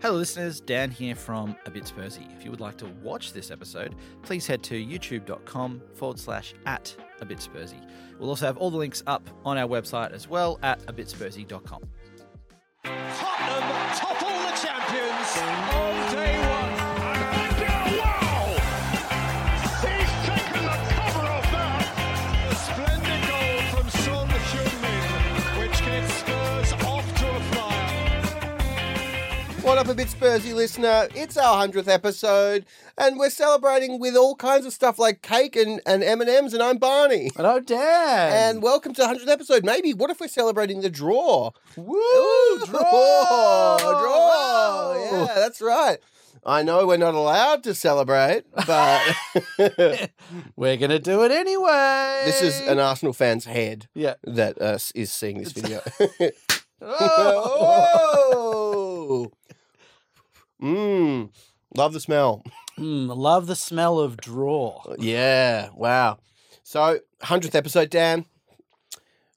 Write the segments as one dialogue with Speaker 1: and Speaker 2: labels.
Speaker 1: Hello, listeners. Dan here from A Bits Percy. If you would like to watch this episode, please head to youtube.com forward slash at A Bits Percy. We'll also have all the links up on our website as well at abitspercy.com.
Speaker 2: Tottenham topple the champions on day one.
Speaker 3: He's taken the cover off that.
Speaker 2: A splendid goal from Son Heung-min, which gets Spurs off to a flyer.
Speaker 4: What up, a bit Spursy listener? It's our hundredth episode, and we're celebrating with all kinds of stuff like cake and and M and M's. And I'm Barney.
Speaker 5: And oh, Dan.
Speaker 4: And welcome to the hundredth episode. Maybe what if we're celebrating the draw?
Speaker 5: woo, draw,
Speaker 4: draw, draw. Yeah, that's right. I know we're not allowed to celebrate, but
Speaker 5: We're gonna do it anyway.
Speaker 4: this is an Arsenal fan's head
Speaker 5: yeah.
Speaker 4: that uh, s- is seeing this video.
Speaker 5: Oh.
Speaker 4: Mmm, love the smell.
Speaker 5: Mm, love the smell of draw.
Speaker 4: Yeah, wow. So, 100th episode, Dan.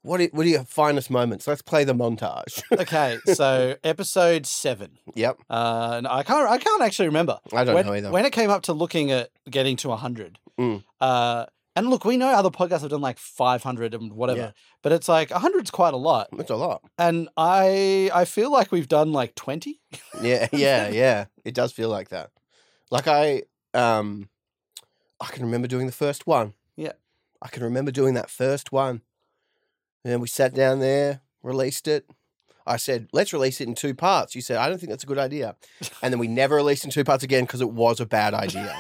Speaker 4: What are, what are your finest moments? Let's play the montage.
Speaker 5: Okay, so episode seven.
Speaker 4: yep.
Speaker 5: Uh, and I can't. I can't actually remember.
Speaker 4: I don't
Speaker 5: when,
Speaker 4: know either.
Speaker 5: When it came up to looking at getting to hundred,
Speaker 4: Mm.
Speaker 5: uh, and look, we know other podcasts have done like five hundred and whatever,
Speaker 4: Yeah.
Speaker 5: but it's like hundred's quite a lot,
Speaker 4: That's a lot.
Speaker 5: and I I feel like we've done like twenty.
Speaker 4: Yeah, yeah, yeah. It does feel like that. Like I um I can remember doing the first one.
Speaker 5: Yeah.
Speaker 4: I can remember doing that first one. And we sat down there, released it. I said, "Let's release it in two parts." You said, "I don't think that's a good idea." And then we never released in two parts again because it was a bad idea.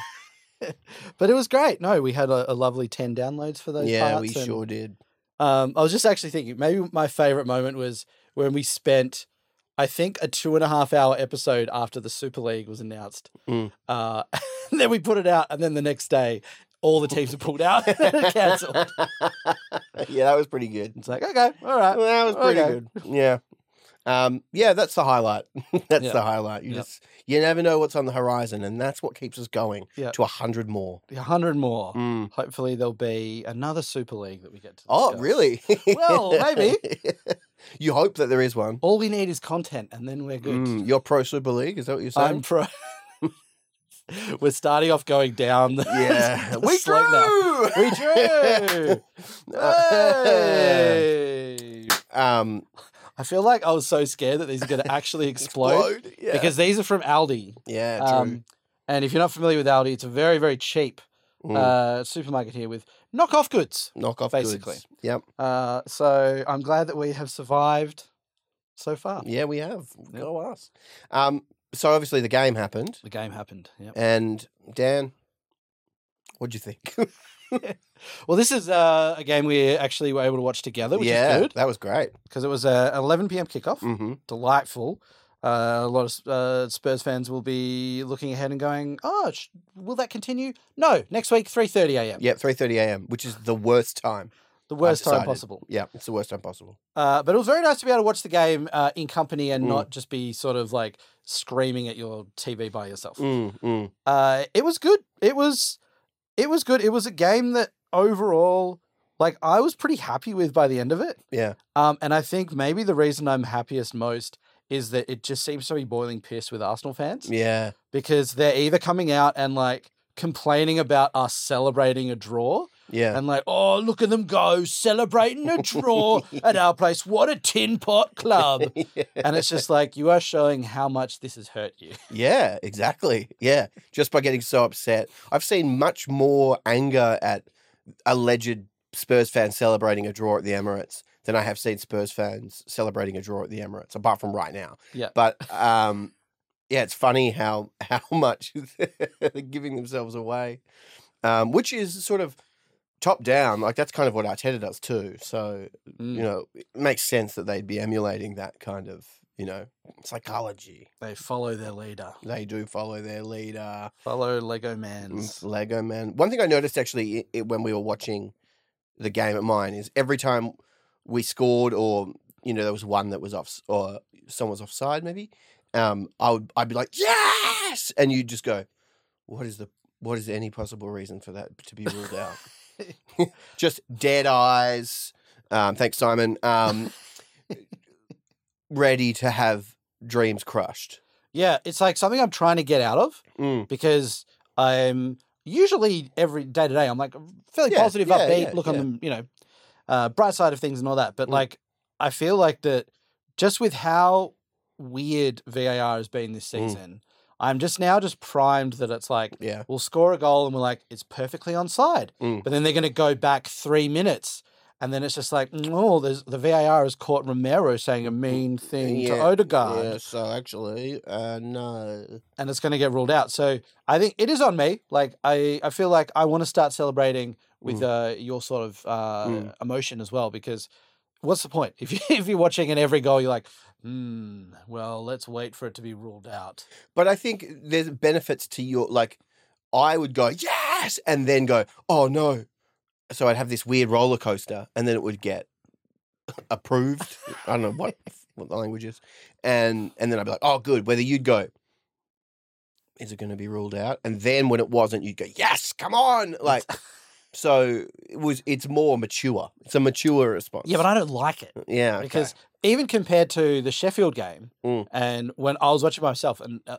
Speaker 5: But it was great. No, we had a, a lovely ten downloads for those.
Speaker 4: yeah,
Speaker 5: parts
Speaker 4: we
Speaker 5: and,
Speaker 4: sure did.
Speaker 5: Um, I was just actually thinking maybe my favorite moment was when we spent, I think, a two and a half hour episode after the Super League was announced.
Speaker 4: Mm.
Speaker 5: Uh, and then we put it out, and then the next day, all the teams were pulled out and cancelled.
Speaker 4: yeah, that was pretty good.
Speaker 5: It's like, okay, all right.
Speaker 4: That was pretty
Speaker 5: Uh, Okay.
Speaker 4: good. Yeah. Um, yeah, that's the highlight. that's
Speaker 5: Yeah.
Speaker 4: the highlight. You
Speaker 5: Yep.
Speaker 4: just you never know what's on the horizon, and that's what keeps us going
Speaker 5: Yeah.
Speaker 4: to a hundred more.
Speaker 5: 100 more.
Speaker 4: Mm.
Speaker 5: Hopefully, there'll be another Super League that we get to.
Speaker 4: Oh,
Speaker 5: discuss.
Speaker 4: really?
Speaker 5: Well, maybe.
Speaker 4: you hope that there is one.
Speaker 5: All we need is content, and then we're good.
Speaker 4: Mm, you're pro Super League, is that what you're saying?
Speaker 5: I'm pro. we're starting off going down. The
Speaker 4: yeah,
Speaker 5: the
Speaker 4: we
Speaker 5: slope now.
Speaker 4: drew.
Speaker 5: We drew. Hey!
Speaker 4: um,
Speaker 5: I feel like I was so scared that these are going to actually explode,
Speaker 4: explode. Yeah,
Speaker 5: because these are from Aldi.
Speaker 4: yeah, true.
Speaker 5: Um, and if you're not familiar with Aldi, it's a very, very cheap
Speaker 4: Mm.
Speaker 5: uh, supermarket here with knockoff goods.
Speaker 4: Knock off
Speaker 5: basically.
Speaker 4: goods. Yep.
Speaker 5: Uh, so I'm glad that we have survived so far.
Speaker 4: Yeah, we have. Go us. Um, so obviously the game happened.
Speaker 5: The game happened. Yep.
Speaker 4: And Dan, what'd you think?
Speaker 5: Well, this is uh, a game we actually were able to watch together, which
Speaker 4: yeah,
Speaker 5: is good
Speaker 4: that was great.
Speaker 5: because it was a 11 p.m. kickoff.
Speaker 4: Mm-hmm.
Speaker 5: delightful. Uh, a lot of uh, Spurs fans will be looking ahead and going, "Oh, sh- will that continue?" No, next week, three thirty a.m.
Speaker 4: Yep, three thirty a.m., which is the worst time.
Speaker 5: the worst time
Speaker 4: decided.
Speaker 5: possible.
Speaker 4: Yeah, it's the worst time possible.
Speaker 5: Uh, but it was very nice to be able to watch the game uh, in company and
Speaker 4: Mm.
Speaker 5: not just be sort of like screaming at your TV by yourself.
Speaker 4: Mm, mm.
Speaker 5: Uh, it was good. It was, it was good. It was a game that overall, like, I was pretty happy with by the end of it.
Speaker 4: Yeah,
Speaker 5: Um, and I think maybe the reason I'm happiest most is that it just seems to be boiling piss with Arsenal fans.
Speaker 4: yeah,
Speaker 5: because they're either coming out and like complaining about us celebrating a draw
Speaker 4: yeah.
Speaker 5: and like, oh, look at them go celebrating a draw at our place. What a tin pot club. And it's just like, you are showing how much this has hurt you.
Speaker 4: yeah, exactly. Yeah, just by getting so upset, I've seen much more anger at alleged Spurs fans celebrating a draw at the Emirates than I have seen Spurs fans celebrating a draw at the Emirates, apart from right now.
Speaker 5: Yeah.
Speaker 4: But um, yeah, it's funny how how much they're giving themselves away, um, which is sort of top down. Like that's kind of what Arteta does too. So you
Speaker 5: Mm,
Speaker 4: know, it makes sense that they'd be emulating that kind of you know psychology.
Speaker 5: They follow their leader,
Speaker 4: They do follow their leader.
Speaker 5: follow Lego
Speaker 4: It's
Speaker 5: Man's.
Speaker 4: Lego Man. One thing I noticed actually i i when we were watching the game at mine is every time we scored or you know there was one that was off or someone was offside maybe, um, I would I'd be like yes, and you'd just go, what is the what is any possible reason for that to be ruled out? just dead eyes. Um, thanks, Simon. Um, ready to have dreams crushed.
Speaker 5: Yeah, it's like something I'm trying to get out of
Speaker 4: Mm.
Speaker 5: because I'm usually every day to day I'm like fairly
Speaker 4: Yeah,
Speaker 5: positive,
Speaker 4: yeah,
Speaker 5: upbeat,
Speaker 4: yeah,
Speaker 5: look on
Speaker 4: yeah.
Speaker 5: the you know uh, bright side of things and all that. But
Speaker 4: Mm.
Speaker 5: like I feel like that just with how weird VAR has been this
Speaker 4: Mm.
Speaker 5: season, I'm just now just primed that it's like
Speaker 4: Yeah.
Speaker 5: we'll score a goal and we're like it's perfectly onside,
Speaker 4: Mm.
Speaker 5: but then they're going to go back three minutes. And then it's just like, oh, there's, the VAR has caught Romero saying a mean thing to
Speaker 4: Mm, Yeah,
Speaker 5: Odegaard
Speaker 4: Yeah, so actually, uh, no.
Speaker 5: and it's going to get ruled out. So I think it is on me. Like I, I feel like I want to start celebrating with uh, your sort of uh,
Speaker 4: Mm.
Speaker 5: emotion as well because what's the point if you if you're watching and every goal you're like, hmm, well let's wait for it to be ruled out.
Speaker 4: But I think there's benefits to your like. I would go yes, and then go oh no. So I'd have this weird roller coaster, and then it would get approved. I don't know what what the language is, and and then I'd be like, oh good. Whether you'd go, is it going to be ruled out? And then when it wasn't, you'd go yes, come on, like. So it was. It's more mature. It's a mature response.
Speaker 5: Yeah, but I don't like it.
Speaker 4: yeah okay.
Speaker 5: because even compared to the Sheffield game,
Speaker 4: Mm.
Speaker 5: and when I was watching myself, and uh,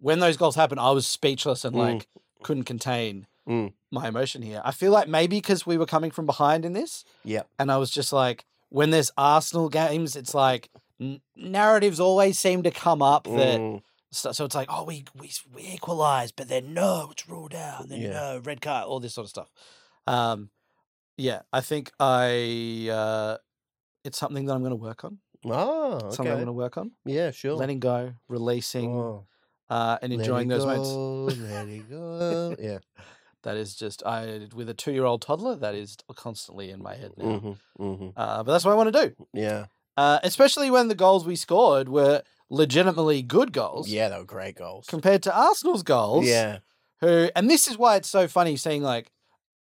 Speaker 5: when those goals happened, I was speechless and
Speaker 4: Mm.
Speaker 5: like couldn't contain
Speaker 4: Mm.
Speaker 5: my emotion here. I feel like maybe because we were coming from behind in this,
Speaker 4: Yep.
Speaker 5: and I was just like, when there's Arsenal games, it's like n- narratives always seem to come up that.
Speaker 4: Mm,
Speaker 5: So, so it's like, oh, we, we we equalize, but then no, it's ruled out. Then
Speaker 4: Yeah.
Speaker 5: no, red card, all this sort of stuff. Um, yeah, I think I uh, it's something that I'm going to work on.
Speaker 4: ah,
Speaker 5: Something I'm
Speaker 4: okay.
Speaker 5: going to work on.
Speaker 4: yeah, sure.
Speaker 5: Letting go, releasing,
Speaker 4: Oh.
Speaker 5: uh, and
Speaker 4: Let
Speaker 5: enjoying
Speaker 4: it
Speaker 5: those moments.
Speaker 4: go, Let it go. Yeah.
Speaker 5: That is just I with a two year old toddler. That is constantly in my head now.
Speaker 4: Mm-hmm, mm-hmm.
Speaker 5: Uh, but that's what I want to do.
Speaker 4: Yeah.
Speaker 5: Uh, especially when the goals we scored were legitimately good goals.
Speaker 4: Yeah, they were great goals.
Speaker 5: Compared to Arsenal's goals,
Speaker 4: Yeah.
Speaker 5: who and this is why it's so funny seeing like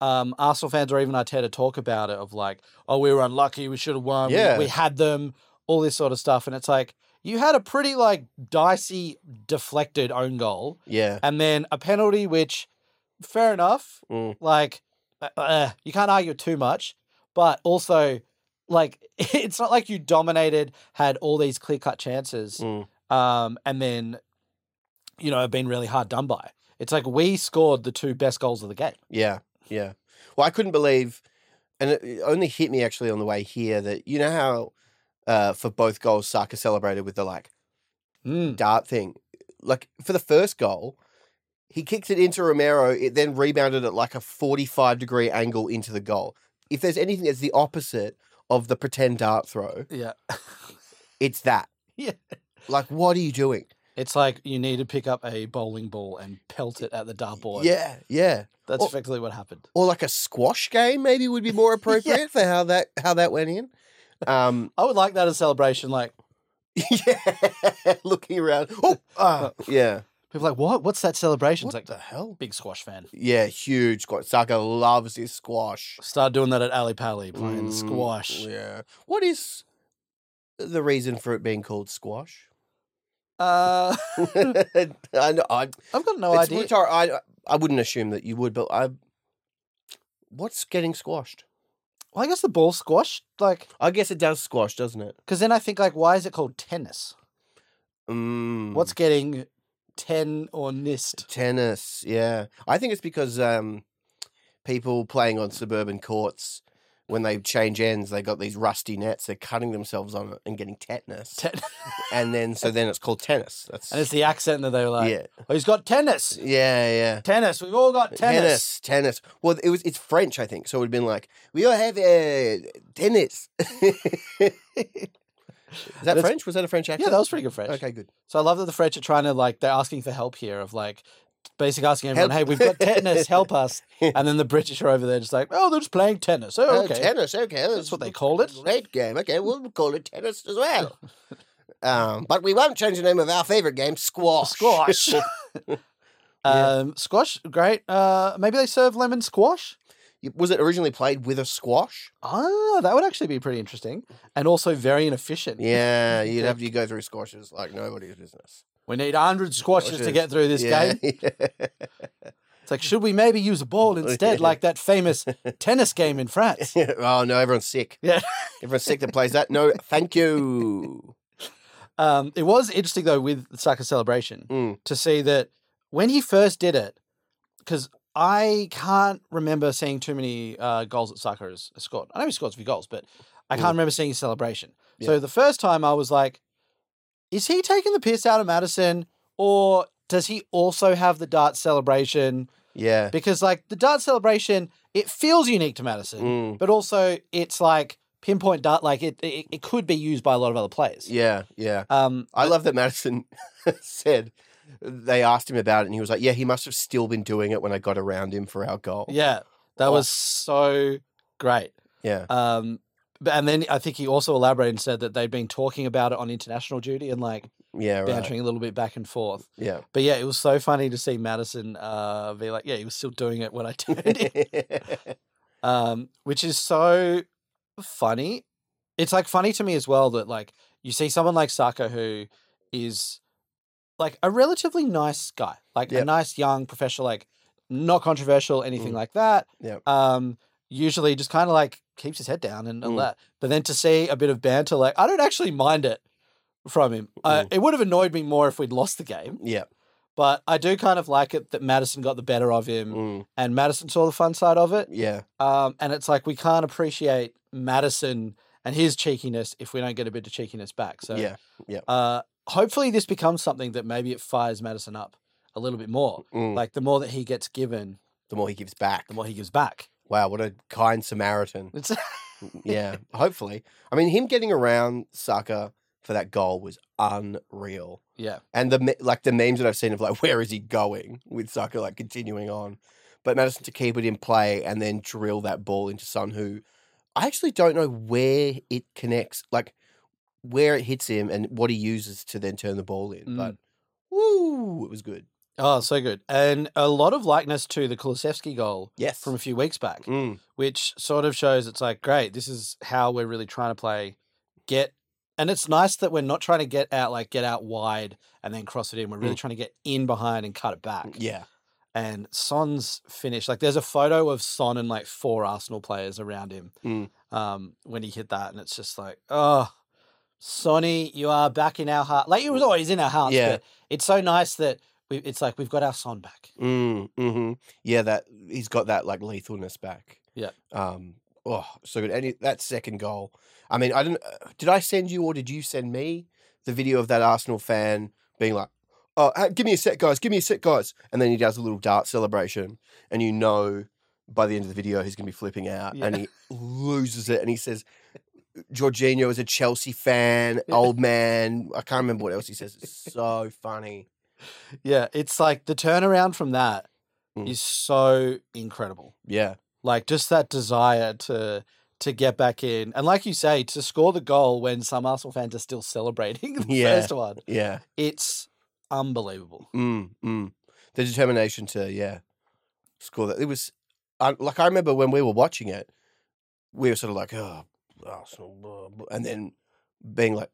Speaker 5: um Arsenal fans or even Arteta talk about it of like, oh, we were unlucky, we should have won, we-
Speaker 4: Yeah.
Speaker 5: we, had them, all this sort of stuff. And it's like you had a pretty like dicey deflected own goal
Speaker 4: Yeah.
Speaker 5: and then a penalty which fair enough,
Speaker 4: Mm.
Speaker 5: like uh, uh, you can't argue too much, but also like it's not like you dominated, had all these clear-cut chances
Speaker 4: Mm.
Speaker 5: um, and then you know have been really hard done by. It's like we scored the two best goals of the game.
Speaker 4: Yeah. Yeah. Well, I couldn't believe, and it- it only hit me actually on the way here that you know how uh, for both goals Saka celebrated with the like
Speaker 5: Mm.
Speaker 4: dart thing. Like for the first goal, he kicked it into Romero. It then rebounded at like a 45 degree angle into the goal. If there's anything that's the opposite of the pretend dart throw,
Speaker 5: Yeah,
Speaker 4: it's that.
Speaker 5: Yeah.
Speaker 4: Like, what are you doing?
Speaker 5: it's like you need to pick up a bowling ball and pelt it at the dartboard.
Speaker 4: Yeah, yeah.
Speaker 5: that's
Speaker 4: or-
Speaker 5: effectively what happened.
Speaker 4: Or like a squash game maybe would be more appropriate for how that how that went in. Um,
Speaker 5: I would like that as celebration. Like
Speaker 4: yeah, looking around. Oh, ah, yeah.
Speaker 5: people are like, what? What's that celebration?
Speaker 4: What
Speaker 5: it's like
Speaker 4: the hell?
Speaker 5: big squash fan.
Speaker 4: Yeah, huge squash. Saka loves his squash.
Speaker 5: Start doing that at Ali Pali playing
Speaker 4: Mm,
Speaker 5: squash.
Speaker 4: Yeah. What is the reason for it being called squash?
Speaker 5: Uh,
Speaker 4: I know. I,
Speaker 5: I've got no
Speaker 4: it's
Speaker 5: idea.
Speaker 4: rhetor- I, I wouldn't assume that you would, but I. What's getting squashed?
Speaker 5: well, I guess the ball squash, like,
Speaker 4: I guess it does squash, doesn't it?
Speaker 5: because then I think like, why is it called tennis?
Speaker 4: Mm,
Speaker 5: What's getting ten or nist?
Speaker 4: tennis? Yeah, I think it's because um, people playing on suburban courts, when they change ends, they got these rusty nets. They're cutting themselves on it and getting tetanus,
Speaker 5: Ten-
Speaker 4: and then so then it's called tennis. That's
Speaker 5: And it's the accent that they were like,
Speaker 4: yeah,
Speaker 5: oh, he's got tennis.
Speaker 4: yeah, yeah.
Speaker 5: Tennis. We've all got tennis.
Speaker 4: tennis, tennis. Well, it was it's French, I think. So it would have been like we all have uh, tennis. Is that
Speaker 5: it's-
Speaker 4: French? Was that a French accent?
Speaker 5: Yeah, that was pretty good French.
Speaker 4: Okay, good.
Speaker 5: So I love that the French are trying to like, they're asking for help here of like, basically asking everyone,
Speaker 4: Help.
Speaker 5: hey, we've got tennis, help us. And then the British are over there just like, oh, they're just playing tennis.
Speaker 4: Oh,
Speaker 5: Oh, okay.
Speaker 4: tennis. Okay, that's
Speaker 5: what they called it.
Speaker 4: Great game. Okay, we'll call it tennis as well. um, but we won't change the name of our favorite game, squash.
Speaker 5: Squash. um, squash, great. Uh, maybe they serve lemon squash.
Speaker 4: was it originally played with a squash?
Speaker 5: Ah, that would actually be pretty interesting. And also very inefficient.
Speaker 4: Yeah, you'd have to go through squashes like nobody's business.
Speaker 5: We need 100 squashes to
Speaker 4: Squashes.
Speaker 5: get through this
Speaker 4: yeah,
Speaker 5: game. It's like, should we maybe use a ball instead,
Speaker 4: yeah.
Speaker 5: like that famous tennis game in France?
Speaker 4: oh no, everyone's sick.
Speaker 5: Yeah.
Speaker 4: Everyone's sick that plays that. No, thank you.
Speaker 5: Um, it was interesting though with the soccer celebration
Speaker 4: Mm.
Speaker 5: to see that when he first did it, because I can't remember seeing too many uh, goals that Saka has has scored. I know he scores a few goals, but I
Speaker 4: Mm.
Speaker 5: can't remember seeing his celebration.
Speaker 4: Yeah.
Speaker 5: So the first time I was like, is he taking the piss out of Madison or does he also have the dart celebration?
Speaker 4: Yeah.
Speaker 5: Because like the dart celebration, it feels unique to Madison,
Speaker 4: Mm.
Speaker 5: but also it's like pinpoint dart, like it, it, it could be used by a lot of other players.
Speaker 4: Yeah. Yeah.
Speaker 5: Um,
Speaker 4: I love that Madison said they asked him about it, and he was like, "Yeah, he must have still been doing it when I got around him for our goal."
Speaker 5: Yeah, that
Speaker 4: Oh.
Speaker 5: was so great.
Speaker 4: Yeah.
Speaker 5: Um, but and then I think he also elaborated and said that they'd been talking about it on international duty and like
Speaker 4: Yeah. Right.
Speaker 5: bantering a little bit back and forth.
Speaker 4: Yeah.
Speaker 5: But yeah, it was so funny to see Madison uh, be like, "Yeah, he was still doing it when I turned it," um, which is so funny. It's like funny to me as well that like you see someone like Saka who is like a relatively nice guy, like
Speaker 4: Yep.
Speaker 5: a nice young professional, like not controversial, anything
Speaker 4: Mm.
Speaker 5: like that.
Speaker 4: Yep.
Speaker 5: Um, usually just kind of like keeps his head down and all
Speaker 4: Mm.
Speaker 5: that. But then to see a bit of banter, like I don't actually mind it from him. Uh,
Speaker 4: mm.
Speaker 5: it would have annoyed me more if we'd lost the game,
Speaker 4: yeah.
Speaker 5: but I do kind of like it that Madison got the better of him
Speaker 4: Mm.
Speaker 5: and Madison saw the fun side of it.
Speaker 4: Yeah.
Speaker 5: Um, and it's like we can't appreciate Madison and his cheekiness if we don't get a bit of cheekiness back. So
Speaker 4: Yeah.
Speaker 5: uh, hopefully this becomes something that maybe it fires Madison up a little bit more.
Speaker 4: Mm.
Speaker 5: Like the more that he gets given,
Speaker 4: the more he gives back.
Speaker 5: the more he gives back.
Speaker 4: Wow, what a kind Samaritan.
Speaker 5: It's
Speaker 4: Yeah. Hopefully. I mean, him getting around Saka for that goal was unreal.
Speaker 5: yeah,
Speaker 4: and the me- like the memes that I've seen of like where is he going with Saka like continuing on, but Madison to keep it in play and then drill that ball into Sun who I actually don't know where it connects like where it hits him and what he uses to then turn the ball in,
Speaker 5: Mm.
Speaker 4: but woo, it was good.
Speaker 5: oh, so good, and a lot of likeness to the Kulisevsky goal
Speaker 4: Yes,
Speaker 5: from a few weeks back,
Speaker 4: Mm,
Speaker 5: which sort of shows it's like great. This is how we're really trying to play. Get and it's nice that we're not trying to get out like get out wide and then cross it in. We're
Speaker 4: Mm.
Speaker 5: really trying to get in behind and cut it back.
Speaker 4: yeah,
Speaker 5: and Son's finish. Like there's a photo of Son and like four Arsenal players around him
Speaker 4: Mm.
Speaker 5: um, when he hit that, and it's just like, oh, Sonny, you are back in our heart. Like he was always in our hearts,
Speaker 4: Yeah.
Speaker 5: but it's so nice that we, it's like we've got our Son back.
Speaker 4: mm, hmm yeah. That he's got that like lethalness back.
Speaker 5: Yeah.
Speaker 4: Um. Oh, so good. And it- that second goal. I mean, I didn't. uh, Did I send you or did you send me the video of that Arsenal fan being like, "Oh, uh, give me a sec, guys. Give me a sec, guys." And then he does a little dart celebration, and you know by the end of the video he's going to be flipping out,
Speaker 5: Yeah.
Speaker 4: and he loses it, and he says. Jorginho is a Chelsea fan,
Speaker 5: Yeah.
Speaker 4: old man. I can't remember what else he says. It's so funny.
Speaker 5: Yeah, it's like the turnaround from that is
Speaker 4: Mm.
Speaker 5: so incredible.
Speaker 4: Yeah.
Speaker 5: Like just that desire to to get back in, and like you say, to score the goal when some Arsenal fans are still celebrating the
Speaker 4: Yeah.
Speaker 5: first one.
Speaker 4: Yeah.
Speaker 5: It's unbelievable.
Speaker 4: Mm, mm. The determination to yeah score that it was I, like I remember when we were watching it, we were sort of like oh, oh, so blah, blah," and then being like,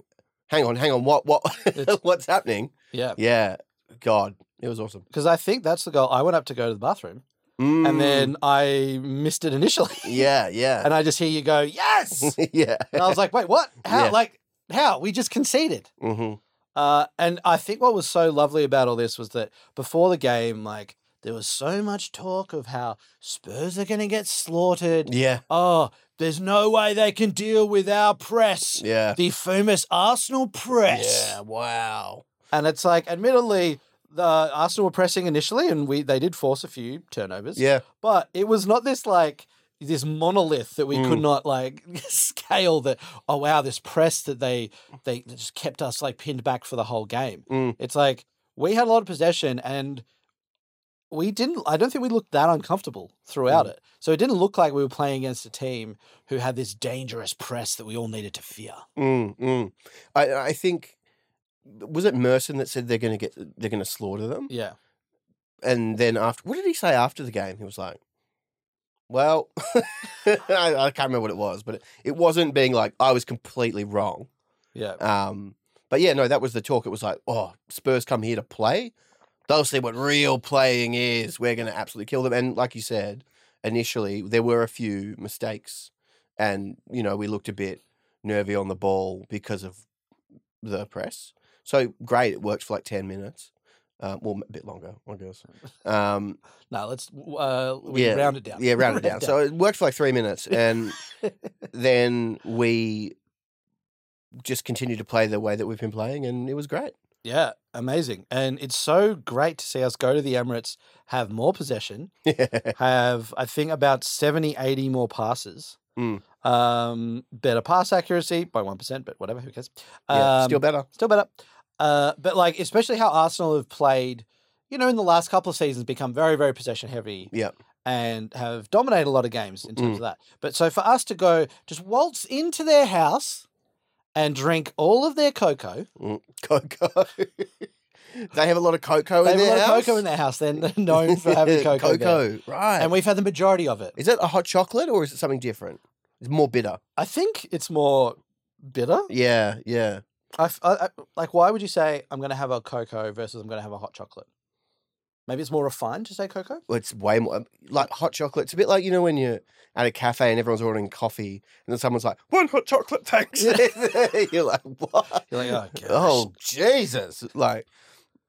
Speaker 4: hang on, hang on, what what
Speaker 5: It's-
Speaker 4: what's happening?
Speaker 5: Yeah.
Speaker 4: Yeah, God, it was awesome.
Speaker 5: because I think that's the goal. I went up to go to the bathroom
Speaker 4: Mm,
Speaker 5: and then I missed it initially.
Speaker 4: yeah, yeah,
Speaker 5: and I just hear you go, yes.
Speaker 4: yeah,
Speaker 5: and I was like, wait, what? How?
Speaker 4: Yeah.
Speaker 5: Like, how? We just conceded.
Speaker 4: hmm
Speaker 5: Uh, and I think what was so lovely about all this was that before the game, like, there was so much talk of how Spurs are going to get slaughtered.
Speaker 4: yeah,
Speaker 5: Oh, there's no way they can deal with our press.
Speaker 4: yeah,
Speaker 5: The famous Arsenal press.
Speaker 4: yeah. Wow.
Speaker 5: And it's like, admittedly, the Arsenal were pressing initially, and we they did force a few turnovers.
Speaker 4: Yeah,
Speaker 5: But it was not this like this monolith that we could
Speaker 4: Mm.
Speaker 5: not like scale that oh wow this press that they they just kept us like pinned back for the whole game.
Speaker 4: Mm.
Speaker 5: It's like we had a lot of possession and we didn't I don't think we looked that uncomfortable throughout
Speaker 4: Mm.
Speaker 5: it. So it didn't look like we were playing against a team who had this dangerous press that we all needed to fear.
Speaker 4: mm, mm. I I think was it Merson that said they're going to get they're going to slaughter them.
Speaker 5: Yeah.
Speaker 4: and then after what did he say after the game? He was like, "Well, I, I can't remember what it was, but it, it wasn't being like I was completely wrong."
Speaker 5: Yeah.
Speaker 4: Um, but yeah, no, that was the talk. It was like, "Oh, Spurs come here to play. They'll see what real playing is. We're going to absolutely kill them." And like you said, initially there were a few mistakes, and you know we looked a bit nervy on the ball because of the press. So great, it worked for like ten minutes, um, well a bit longer, I guess. Um,
Speaker 5: No, let's uh, we
Speaker 4: Yeah,
Speaker 5: round it down.
Speaker 4: yeah, round it down. So it worked for like three minutes, and then we just continued to play the way that we've been playing, and it was great.
Speaker 5: yeah, amazing, and it's so great to see us go to the Emirates, have more possession,
Speaker 4: yeah,
Speaker 5: have I think about 70, 80 more passes.
Speaker 4: Mm.
Speaker 5: Um, better pass accuracy by one percent, but whatever, who cares? Um,
Speaker 4: still better.
Speaker 5: Still better. Uh, but like, especially how Arsenal have played, you know, in the last couple of seasons, become very, very possession heavy.
Speaker 4: Yep.
Speaker 5: And have dominated a lot of games in
Speaker 4: Mm.
Speaker 5: terms of that. But so for us to go just waltz into their house and drink all of their cocoa,
Speaker 4: Cocoa. they have a lot of cocoa
Speaker 5: they
Speaker 4: Oh, in
Speaker 5: have a
Speaker 4: their
Speaker 5: lot
Speaker 4: house.
Speaker 5: of cocoa in their house. They're kn- known for having cocoa. there.
Speaker 4: cocoa, right?
Speaker 5: And we've had the majority of it.
Speaker 4: is it a hot chocolate or is it something different? It's more bitter.
Speaker 5: I think it's more bitter.
Speaker 4: Yeah, yeah.
Speaker 5: I f I I like, why would you say I'm going to have a cocoa versus I'm going to have a hot chocolate? Maybe it's more refined to say cocoa.
Speaker 4: Well, It's way more like hot chocolate. It's a bit like you know when you're at a cafe and everyone's ordering coffee, and then someone's like, "One hot chocolate, thanks." you're like, "What?"
Speaker 5: You're like, oh, gosh.
Speaker 4: Oh Jesus! Like,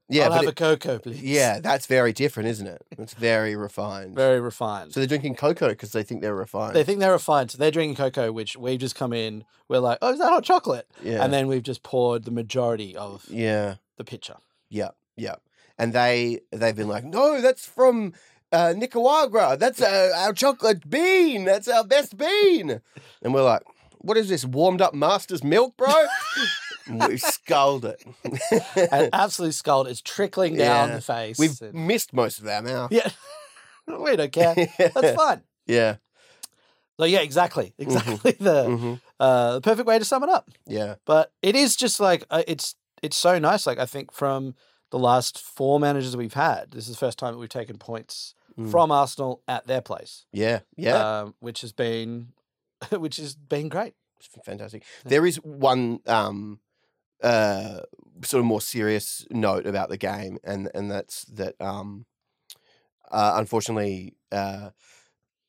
Speaker 4: yeah,
Speaker 5: I'll
Speaker 4: but
Speaker 5: have a
Speaker 4: it-
Speaker 5: cocoa, please.
Speaker 4: yeah, that's very different, isn't it? It's very refined.
Speaker 5: Very refined.
Speaker 4: so they're drinking cocoa because they think they're refined.
Speaker 5: they think they're refined, so they're drinking cocoa, which we've just come in. We're like, oh, is that hot chocolate?
Speaker 4: yeah,
Speaker 5: And then we've just poured the majority of
Speaker 4: yeah,
Speaker 5: the pitcher.
Speaker 4: yeah, yeah. And they they've been like, "No, that's from uh, Nicaragua. That's uh, our chocolate bean. That's our best bean." And we're like, "What is this warmed up master's milk, bro?" And We've sculled it.
Speaker 5: And absolutely scald. It's trickling down
Speaker 4: Yeah.
Speaker 5: the face.
Speaker 4: We've
Speaker 5: and-
Speaker 4: missed most of our mouth.
Speaker 5: yeah. we don't care. That's fine.
Speaker 4: yeah.
Speaker 5: So yeah, exactly,
Speaker 4: Mm-hmm.
Speaker 5: exactly the
Speaker 4: mhm,
Speaker 5: uh, the perfect way to sum it up.
Speaker 4: Yeah.
Speaker 5: But it is just like uh, it's it's so nice. Like I think from the last four managers we've had, this is the first time that we've taken points
Speaker 4: Mm.
Speaker 5: from Arsenal at their place.
Speaker 4: Yeah. Yeah.
Speaker 5: um, which has been which has been great.
Speaker 4: It's f- fantastic.
Speaker 5: Yeah.
Speaker 4: There is one um, uh, sort of more serious note about the game, and and that's that um, uh, unfortunately uh,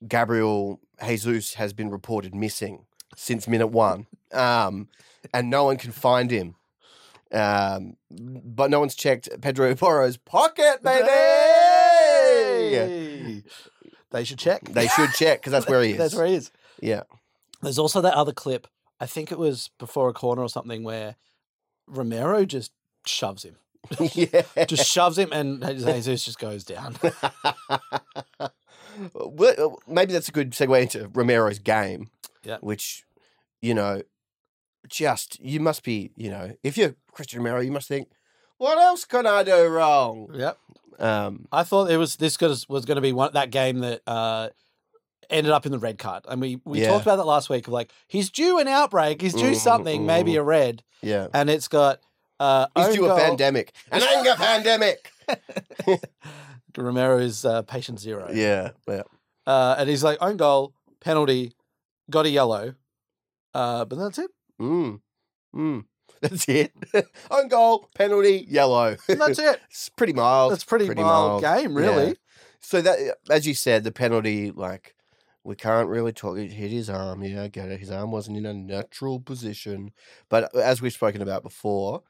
Speaker 4: Gabriel Jesus has been reported missing since minute one, um, and no one can find him. Um, but no one's checked Pedro Porro's pocket, baby.
Speaker 5: Hey! They should check.
Speaker 4: They should check because that's where he is.
Speaker 5: That's where he is.
Speaker 4: Yeah.
Speaker 5: There's also that other clip. I think it was before a corner or something where Romero just shoves him,
Speaker 4: yeah.
Speaker 5: just shoves him, and Jesus just goes down.
Speaker 4: Well, uh, Maybe that's a good segue into Romero's game.
Speaker 5: Yeah.
Speaker 4: Which, you know, just you must be, you know, if you're Christian Romero, you must think, what else can I do wrong?
Speaker 5: Yep.
Speaker 4: Um,
Speaker 5: I thought it was this was, was going to be one that game that uh, ended up in the red card, and we we
Speaker 4: Yeah.
Speaker 5: talked about that last week. Of like he's due an outbreak, he's due
Speaker 4: Mm,
Speaker 5: something, maybe a red,
Speaker 4: yeah.
Speaker 5: and it's got uh,
Speaker 4: He's
Speaker 5: own
Speaker 4: due a
Speaker 5: goal-
Speaker 4: pandemic, an anger pandemic.
Speaker 5: Romero is uh, patient zero.
Speaker 4: Yeah. Yeah.
Speaker 5: Uh, and he's like, own goal, penalty, got a yellow. Uh, but that's it.
Speaker 4: Mm. Mm. That's it. Own goal, penalty, yellow.
Speaker 5: And that's it.
Speaker 4: it's pretty mild.
Speaker 5: That's pretty, mild, game, really.
Speaker 4: Yeah. So that, eh, as you said, the penalty, like we can't really talk. It hit his arm. Yeah, I get it. His arm wasn't in a natural position. But uh, as we've spoken about before,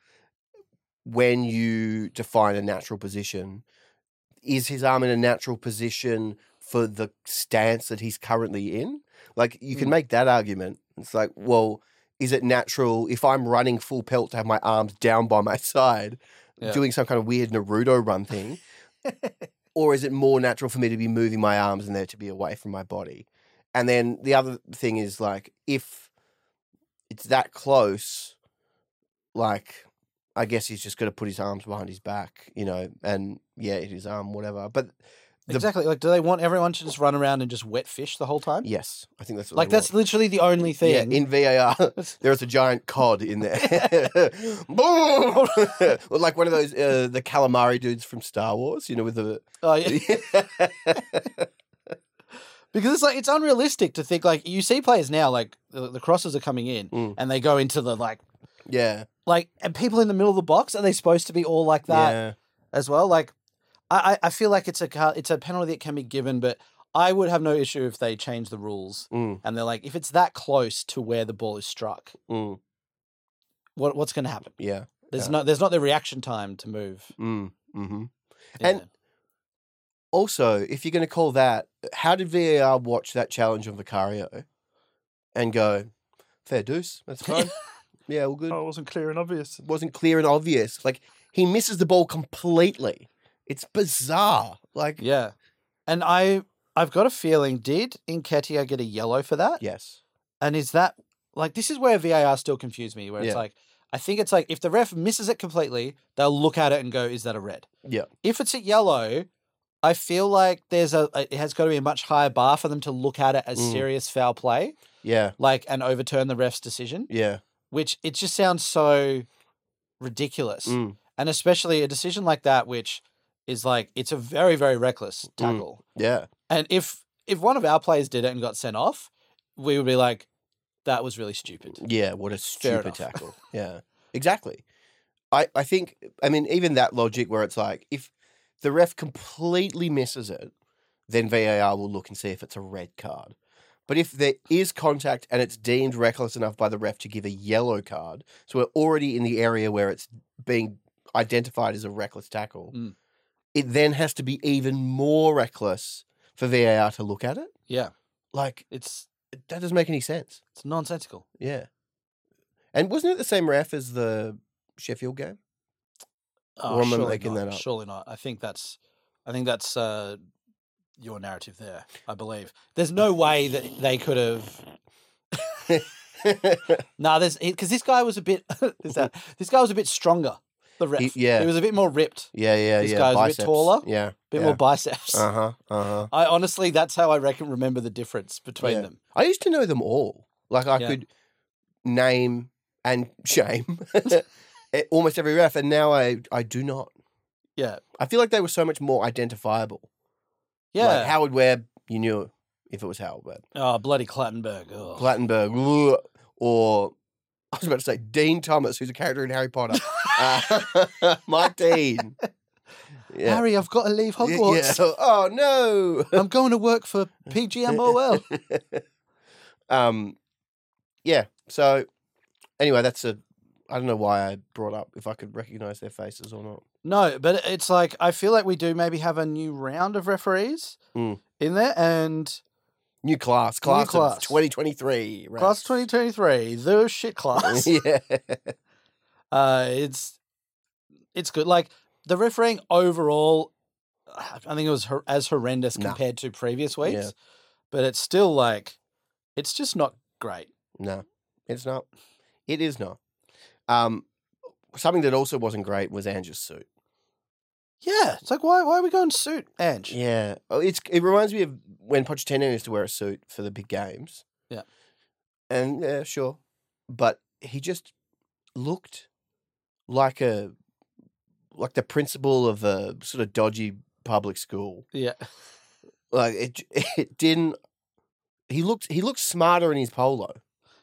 Speaker 4: when you define a natural position, is his arm in a natural position for the stance that he's currently in? Like you can
Speaker 5: Mm.
Speaker 4: make that argument. It's like, well, is it natural if I'm running full pelt to have my arms down by my side,
Speaker 5: Yeah.
Speaker 4: doing some kind of weird Naruto run thing? or is it more natural for me to be moving my arms and there to be away from my body? And then the other thing is like if it's that close, like I guess he's just going to put his arms behind his back, you know, and yeah, hit his arm, whatever. But The-
Speaker 5: Exactly. Like, do they want everyone to just run around and just wet fish the whole time?
Speaker 4: yes, I think that's what
Speaker 5: Like,
Speaker 4: they
Speaker 5: that's literally the only
Speaker 4: want.
Speaker 5: thing.
Speaker 4: yeah in VAR.
Speaker 5: That's-
Speaker 4: There is a giant cod in there, Boom! Well, like one of those uh, the calamari dudes from Star Wars, you know, with the
Speaker 5: oh, yeah. Because it's like, it's unrealistic to think, like, you see players now, like, the, the crosses are coming in
Speaker 4: Mm.
Speaker 5: and they go into the, like,
Speaker 4: yeah,
Speaker 5: like, and people in the middle of the box, are they supposed to be all like that?
Speaker 4: yeah,
Speaker 5: as well. Like, I, I I feel like it's a ca- it's a penalty that can be given, but I would have no issue if they change the rules
Speaker 4: Mm,
Speaker 5: and they're like, if it's that close to where the ball is struck,
Speaker 4: mm.
Speaker 5: what what's going to happen.
Speaker 4: Yeah.
Speaker 5: There's
Speaker 4: Yeah.
Speaker 5: no there's not the reaction time to move.
Speaker 4: Mm, hmm
Speaker 5: Yeah.
Speaker 4: And- Also, if you're going to call that, how did VAR watch that challenge on Vicario and go, fair deuce, that's fine. yeah, all good.
Speaker 6: Oh, it wasn't clear and obvious.
Speaker 4: wasn't clear and obvious. Like he misses the ball completely. It's bizarre. Like
Speaker 5: yeah, and I I've got a feeling did Nketiah get a yellow for that?
Speaker 4: yes,
Speaker 5: And is that like this is where VAR still confused me? Where
Speaker 4: Yeah.
Speaker 5: it's like I think it's like if the ref misses it completely, they'll look at it and go, "Is that a red?"
Speaker 4: Yeah.
Speaker 5: If it's a yellow, I feel like there's a it has got to be a much higher bar for them to look at it as
Speaker 4: Mm.
Speaker 5: serious foul play,
Speaker 4: yeah,
Speaker 5: like and overturn the ref's decision.
Speaker 4: yeah,
Speaker 5: Which it just sounds so ridiculous,
Speaker 4: mm,
Speaker 5: and especially a decision like that, which is like it's a very very reckless
Speaker 4: Mm.
Speaker 5: tackle.
Speaker 4: yeah,
Speaker 5: And if if one of our players did it and got sent off, we would be like, "That was really stupid."
Speaker 4: yeah. What a
Speaker 5: Fair
Speaker 4: stupid
Speaker 5: enough.
Speaker 4: tackle. Yeah, exactly. I I think I mean even that logic where it's like if the ref completely misses it, then VAR will look and see if it's a red card. But if there is contact and it's deemed reckless enough by the ref to give a yellow card, so we're already in the area where it's being identified as a reckless tackle,
Speaker 5: Mm.
Speaker 4: it then has to be even more reckless for VAR to look at it.
Speaker 5: Yeah,
Speaker 4: Like
Speaker 5: it's
Speaker 4: that doesn't make any sense.
Speaker 5: it's nonsensical.
Speaker 4: Yeah. And wasn't it the same ref as the Sheffield game? Or am I making
Speaker 5: not.
Speaker 4: that up?
Speaker 5: Oh, Surely not. I think that's I think that's uh, your narrative there. I believe there's no way that they could have. Nah, there's because this guy was a bit. is that this guy was a bit stronger? The ref.
Speaker 4: yeah.
Speaker 5: He was a bit more ripped,
Speaker 4: yeah, yeah,
Speaker 5: This
Speaker 4: yeah.
Speaker 5: guy's a bit
Speaker 4: biceps.
Speaker 5: taller.
Speaker 4: Yeah.
Speaker 5: a bit
Speaker 4: yeah.
Speaker 5: more biceps.
Speaker 4: Uh huh. Uh huh.
Speaker 5: I honestly, that's how I reckon. Remember the difference between
Speaker 4: Yeah.
Speaker 5: them.
Speaker 4: I used to know them all. Like I
Speaker 5: Yeah.
Speaker 4: could name and shame eh, almost every ref, and now I I do not.
Speaker 5: Yeah.
Speaker 4: I feel like they were so much more identifiable.
Speaker 5: Yeah.
Speaker 4: Like Howard Webb, you knew if it was Howard Webb.
Speaker 5: oh, bloody Clattenburg. Oh.
Speaker 4: Clattenburg, ugh, or I was about to say Dean Thomas, who's a character in Harry Potter. uh, Mike Dean. Yeah.
Speaker 5: Harry, I've got to leave
Speaker 4: Yeah,
Speaker 5: Hogwarts.
Speaker 4: yeah. Oh no.
Speaker 5: I'm going to work for PGMOL.
Speaker 4: Um, yeah. So anyway, that's a. I don't know why I brought up if I could recognize their faces or not.
Speaker 5: no, but it's like I feel like we do maybe have a new round of referees
Speaker 4: Mm.
Speaker 5: in there, and
Speaker 4: New class, class,
Speaker 5: class.
Speaker 4: of 2023. Right?
Speaker 5: class 2023, the shit class.
Speaker 4: yeah.
Speaker 5: uh, it's it's good. Like the refereeing overall, I think it was hor- as horrendous
Speaker 4: Nah.
Speaker 5: compared to previous
Speaker 4: Yeah.
Speaker 5: weeks, but it's still like it's just not great.
Speaker 4: No, it's not. It is not. Um, something that also wasn't great was Ange's suit.
Speaker 5: Yeah, it's like why why are we going suit, Ange?
Speaker 4: Yeah, oh, it's it reminds me of when Pochettino used to wear a suit for the big games.
Speaker 5: Yeah.
Speaker 4: and yeah, sure, but he just looked like a like the principal of a sort of dodgy public school.
Speaker 5: Yeah,
Speaker 4: Like it, j- it didn't. He looked he looked smarter in his polo.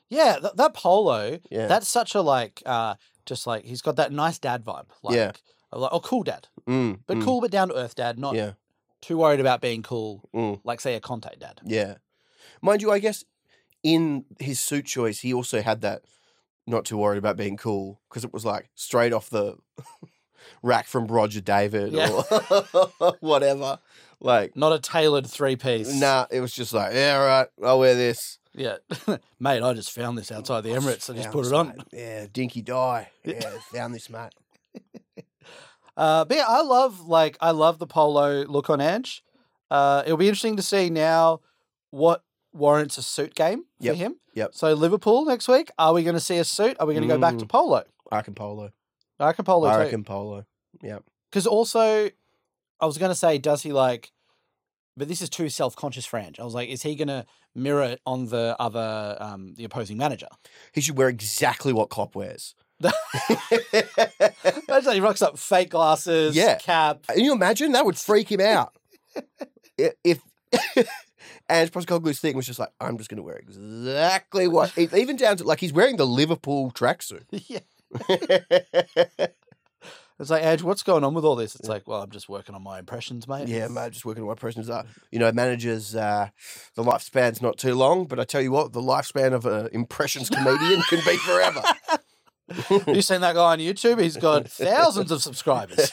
Speaker 5: yeah. Th- that polo.
Speaker 4: Yeah,
Speaker 5: That's such a like, uh, just like he's got that nice dad vibe. Like,
Speaker 4: Yeah.
Speaker 5: uh, like, oh, cool dad,
Speaker 4: mm,
Speaker 5: but
Speaker 4: mm,
Speaker 5: cool but down to earth dad. Not
Speaker 4: Yeah,
Speaker 5: too worried about being cool,
Speaker 4: Mm.
Speaker 5: like say a Conte dad.
Speaker 4: yeah. Mind you, I guess in his suit choice, he also had that not too worried about being cool because it was like straight off the rack from Roger David
Speaker 5: Yeah.
Speaker 4: or whatever. Like,
Speaker 5: Not a tailored three piece.
Speaker 4: nah, it was just like, yeah, all right, I'll wear this.
Speaker 5: Yeah, mate. I just found this outside the Emirates. I just
Speaker 4: Found
Speaker 5: put
Speaker 4: this,
Speaker 5: it on.
Speaker 4: mate. Yeah, dinky die. Yeah, found this, mate.
Speaker 5: Uh, but yeah, I love like I love the polo look on Ange. Uh, it'll be interesting to see now what warrants a suit game for
Speaker 4: Yep,
Speaker 5: him.
Speaker 4: yep.
Speaker 5: So Liverpool next week. Are we going to see a suit? Are we going to go back to
Speaker 4: Mm.
Speaker 5: polo?
Speaker 4: I reckon polo.
Speaker 5: I reckon polo.
Speaker 4: I
Speaker 5: too.
Speaker 4: reckon polo.
Speaker 5: Because also, I was going to say, does he like, but this is too self conscious for Ange. I was like, is he going to mirror it on the other, um, the opposing manager?
Speaker 4: He should wear exactly what Klopp wears.
Speaker 5: Imagine he rocks up fake glasses,
Speaker 4: Yeah.
Speaker 5: cap.
Speaker 4: Can you imagine? That would freak him out. I- if and Postecoglou's thing was just like, I'm just going to wear exactly what, e- even down to like he's wearing the Liverpool tracksuit.
Speaker 5: yeah. It's like, Ange, what's going on with all this? It's like, well, I'm just working on my impressions, mate.
Speaker 4: yeah, mate, just working on what person's are. You know, managers, uh, the lifespan's not too long, but I tell you what, the lifespan of an impressions comedian can be forever.
Speaker 5: you seen that guy on YouTube? He's got thousands of subscribers.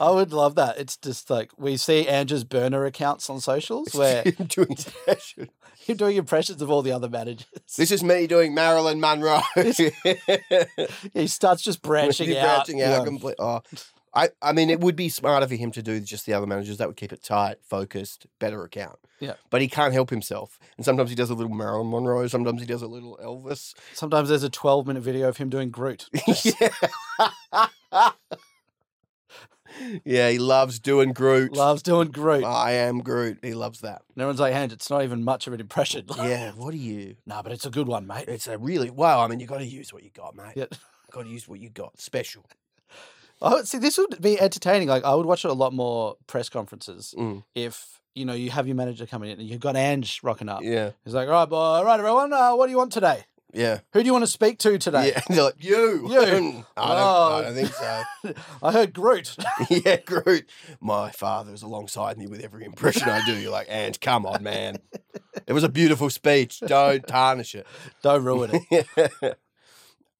Speaker 5: I would love that. It's just like we see Andrew's burner accounts on socials where
Speaker 4: doing session.
Speaker 5: you're doing impressions of all the other managers.
Speaker 4: This is me doing Marilyn Monroe.
Speaker 5: he starts just branching
Speaker 4: You're
Speaker 5: out.
Speaker 4: branching out
Speaker 5: Yeah.
Speaker 4: complete- oh. I, I mean, it would be smarter for him to do just the other managers. That would keep it tight, focused, better account.
Speaker 5: Yeah.
Speaker 4: But he can't help himself. And sometimes he does a little Marilyn Monroe. Sometimes he does a little Elvis.
Speaker 5: Sometimes there's a 12 minute video of him doing Groot.
Speaker 4: yeah. yeah, he loves doing Groot.
Speaker 5: Loves doing Groot. And
Speaker 4: I am Groot. He loves that.
Speaker 5: everyone's like, Andrew, it's not even much of an impression.
Speaker 4: Yeah, what are you?
Speaker 5: nah, but it's a good one, mate.
Speaker 4: It's a really, wow. I mean, you got to use what you got, mate.
Speaker 5: Yeah.
Speaker 4: Got to use what you got. Special.
Speaker 5: Oh, see, this would be entertaining. Like, I would watch a lot more press conferences
Speaker 4: Mm.
Speaker 5: if you know you have your manager coming in and you've got Ange rocking up.
Speaker 4: Yeah.
Speaker 5: He's like, all right, boy, all right, everyone, uh, what do you want today?
Speaker 4: Yeah.
Speaker 5: Who do you want to speak to today?
Speaker 4: Yeah. They're like, you.
Speaker 5: You.
Speaker 4: I, don't,
Speaker 5: Oh.
Speaker 4: I don't think so.
Speaker 5: I heard Groot.
Speaker 4: yeah, Groot. My father is alongside me with every impression I do. You're like, and come on, man. It was a beautiful speech. Don't tarnish it.
Speaker 5: Don't ruin it.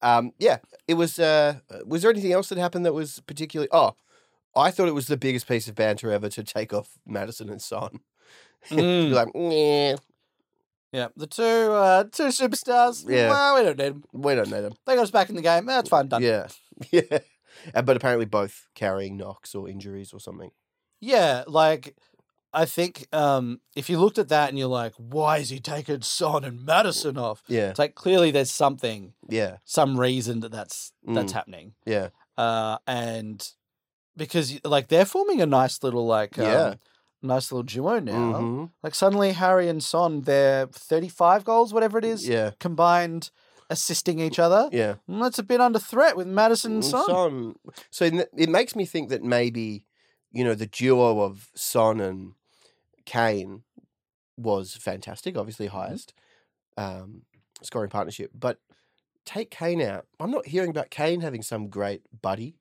Speaker 4: um, yeah, it was. Uh, was there anything else that happened that was particularly? Oh, I thought it was the biggest piece of banter ever to take off Madison and Son. You're
Speaker 5: Mm.
Speaker 4: like, yeah,
Speaker 5: Yeah, the two uh, two superstars.
Speaker 4: Yeah.
Speaker 5: Well, we don't need them.
Speaker 4: we don't need him.
Speaker 5: They got us back in the game. That's fine. Done. Yeah.
Speaker 4: Yeah, yeah. Uh, But apparently, both carrying knocks or injuries or something.
Speaker 5: like I think um, if you looked at that and you're like, why is he taking Son and Madison off?
Speaker 4: Yeah,
Speaker 5: It's like clearly there's something,
Speaker 4: yeah,
Speaker 5: some reason that that's that's happening.
Speaker 4: Mm. yeah.
Speaker 5: uh, and because y- like they're forming a nice little like um,
Speaker 4: Yeah.
Speaker 5: nice little duo now.
Speaker 4: Mhm.
Speaker 5: Like suddenly Harry and Son, they're thirty-five goals, whatever it is,
Speaker 4: Yeah,
Speaker 5: combined, assisting each other.
Speaker 4: yeah.
Speaker 5: Mm, That's a bit under threat with Madison and
Speaker 4: Mm,
Speaker 5: Son.
Speaker 4: Son. So n- it makes me think that maybe, you know, the duo of Son and Kane was fantastic, obviously
Speaker 5: Mm-hmm.
Speaker 4: highest um, scoring partnership. But take Kane out. I'm not hearing about Kane having some great buddy,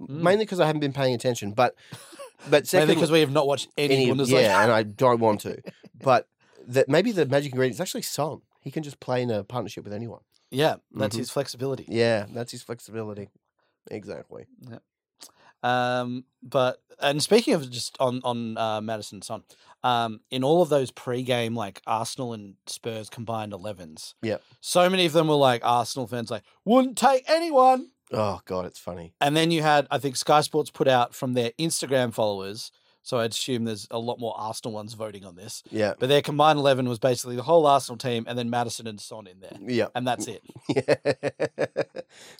Speaker 4: m-
Speaker 5: Mm.
Speaker 4: mainly because I haven't been paying attention. But but
Speaker 5: Mainly
Speaker 4: secondly,
Speaker 5: because we have not watched any,
Speaker 4: any-
Speaker 5: Bundesliga.
Speaker 4: yeah, and I don't want to. But that maybe the magic ingredient is actually Son. He can just play in a partnership with anyone.
Speaker 5: Yeah, that's
Speaker 4: Mhm.
Speaker 5: his flexibility.
Speaker 4: Yeah, that's his flexibility. Exactly.
Speaker 5: Um, but and speaking of just on on uh, Madison and Son, um, in all of those pre-game like Arsenal and Spurs combined 11s,
Speaker 4: Yep.
Speaker 5: so many of them were like Arsenal fans, like wouldn't take anyone.
Speaker 4: Oh god, it's funny.
Speaker 5: And then you had, I think Sky Sports put out from their Instagram followers. So I'd assume there's a lot more Arsenal ones voting on this.
Speaker 4: Yeah.
Speaker 5: But their combined 11 was basically the whole Arsenal team and then Madison and Son in there.
Speaker 4: Yeah.
Speaker 5: And that's it.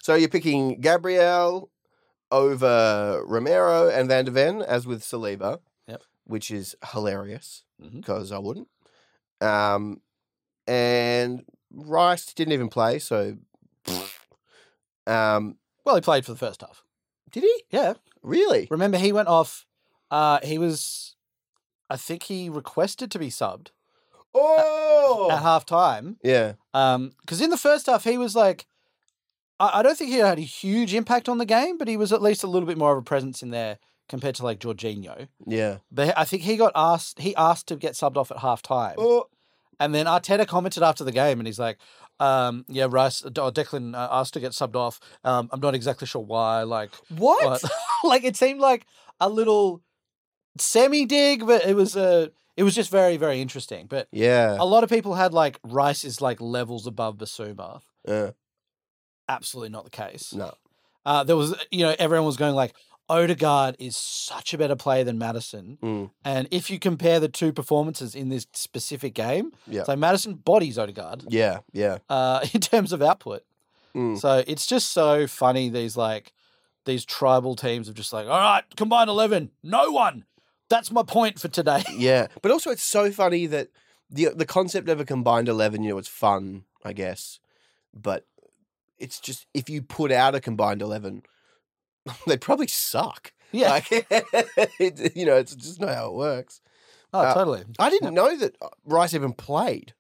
Speaker 4: so you're picking Gabriel over Romero and Van de Ven, as with Saliba.
Speaker 5: Yep.
Speaker 4: Which is hilarious
Speaker 5: Mhm.
Speaker 4: because I wouldn't. Um, and Rice didn't even play, so. um,
Speaker 5: Well, he played for the first half.
Speaker 4: did he
Speaker 5: Yeah.
Speaker 4: really?
Speaker 5: Remember, he went off. Uh, he was, I think he requested to be subbed at
Speaker 4: Oh,
Speaker 5: half time.
Speaker 4: yeah,
Speaker 5: Because in the first half, he was like, I, I don't think he had a huge impact on the game, but he was at least a little bit more of a presence in there compared to like Jorginho.
Speaker 4: yeah.
Speaker 5: But I think he got asked. He asked to get subbed off at half time,
Speaker 4: Oh,
Speaker 5: and then Arteta commented after the game, and he's like, um, "Yeah, Rice or Declan uh, asked to get subbed off. Um, I'm not exactly sure why. Like,
Speaker 4: what?
Speaker 5: but- like it seemed like a little semi dig, but it was uh, it was just very very interesting. But
Speaker 4: Yeah,
Speaker 5: a lot of people had like Rice is like levels above Basuma.
Speaker 4: uh,
Speaker 5: Absolutely not the case.
Speaker 4: no,
Speaker 5: Uh, there was you know everyone was going like Odegaard is such a better player than Madison.
Speaker 4: Mm,
Speaker 5: And if you compare the two performances in this specific game,
Speaker 4: Yeah.
Speaker 5: so Madison bodies Odegaard
Speaker 4: yeah, yeah.
Speaker 5: uh, in terms of output.
Speaker 4: Mm.
Speaker 5: So it's just so funny these like these tribal teams of just like, all right, combined eleven, no one. That's my point for today.
Speaker 4: Yeah, but also it's so funny that the the concept of a combined eleven, you know, it's fun, I guess, but it's just if you put out a combined eleven, they'd probably suck.
Speaker 5: yeah,
Speaker 4: Like, it, you know, it's just not how it works.
Speaker 5: oh
Speaker 4: uh,
Speaker 5: totally.
Speaker 4: I didn't know that uh, Rice even played.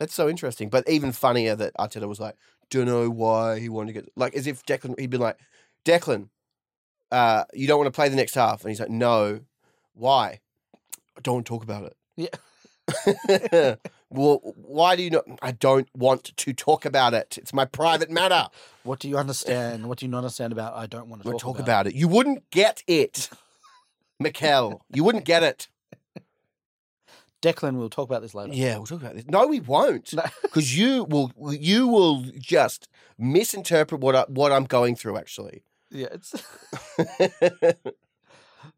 Speaker 4: That's so interesting. But even funnier that Arteta was like, "Don't know why he wanted to get like as if Declan he'd been like, Declan, uh, you don't want to play the next half," and he's like, "No, why? I don't want to talk about it." Yeah. Well, why do you not? I don't want to talk about it. It's my private matter.
Speaker 5: What do you understand? What do you not understand about? I don't want to
Speaker 4: We'll
Speaker 5: talk,
Speaker 4: talk about it. You wouldn't get it, Mikkel. You wouldn't get it.
Speaker 5: Declan, we'll talk about this later.
Speaker 4: Yeah, we'll talk about this. No, we won't,
Speaker 5: No.
Speaker 4: because you will. You will just misinterpret what I, what I'm going through. Actually,
Speaker 5: Yeah, it's.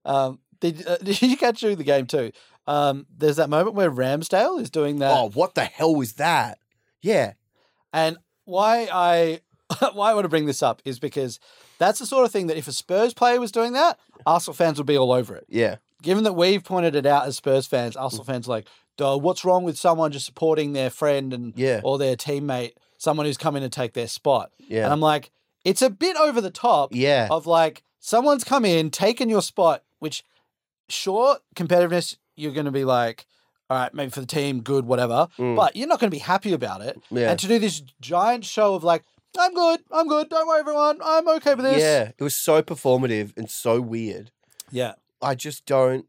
Speaker 5: um, did, uh, did you catch during the game too? Um, there's that moment where Ramsdale is doing that,
Speaker 4: oh, what the hell was that? Yeah,
Speaker 5: and why I why I want to bring this up is because that's the sort of thing that if a Spurs player was doing that, Arsenal fans would be all over it.
Speaker 4: yeah,
Speaker 5: Given that we've pointed it out as Spurs fans, Arsenal fans are like, duh, what's wrong with someone just supporting their friend and
Speaker 4: Yeah.
Speaker 5: or their teammate, someone who's come in to take their spot?
Speaker 4: yeah,
Speaker 5: And I'm like, it's a bit over the top.
Speaker 4: yeah.
Speaker 5: of like someone's come in, taken your spot, which sure, competitiveness, you're going to be like, all right, maybe for the team, good, whatever.
Speaker 4: Mm.
Speaker 5: But you're not going to be happy about it.
Speaker 4: Yeah.
Speaker 5: And to do this giant show of like, I'm good, I'm good, don't worry, everyone, I'm okay with this.
Speaker 4: Yeah, it was so performative and so weird.
Speaker 5: Yeah.
Speaker 4: I just don't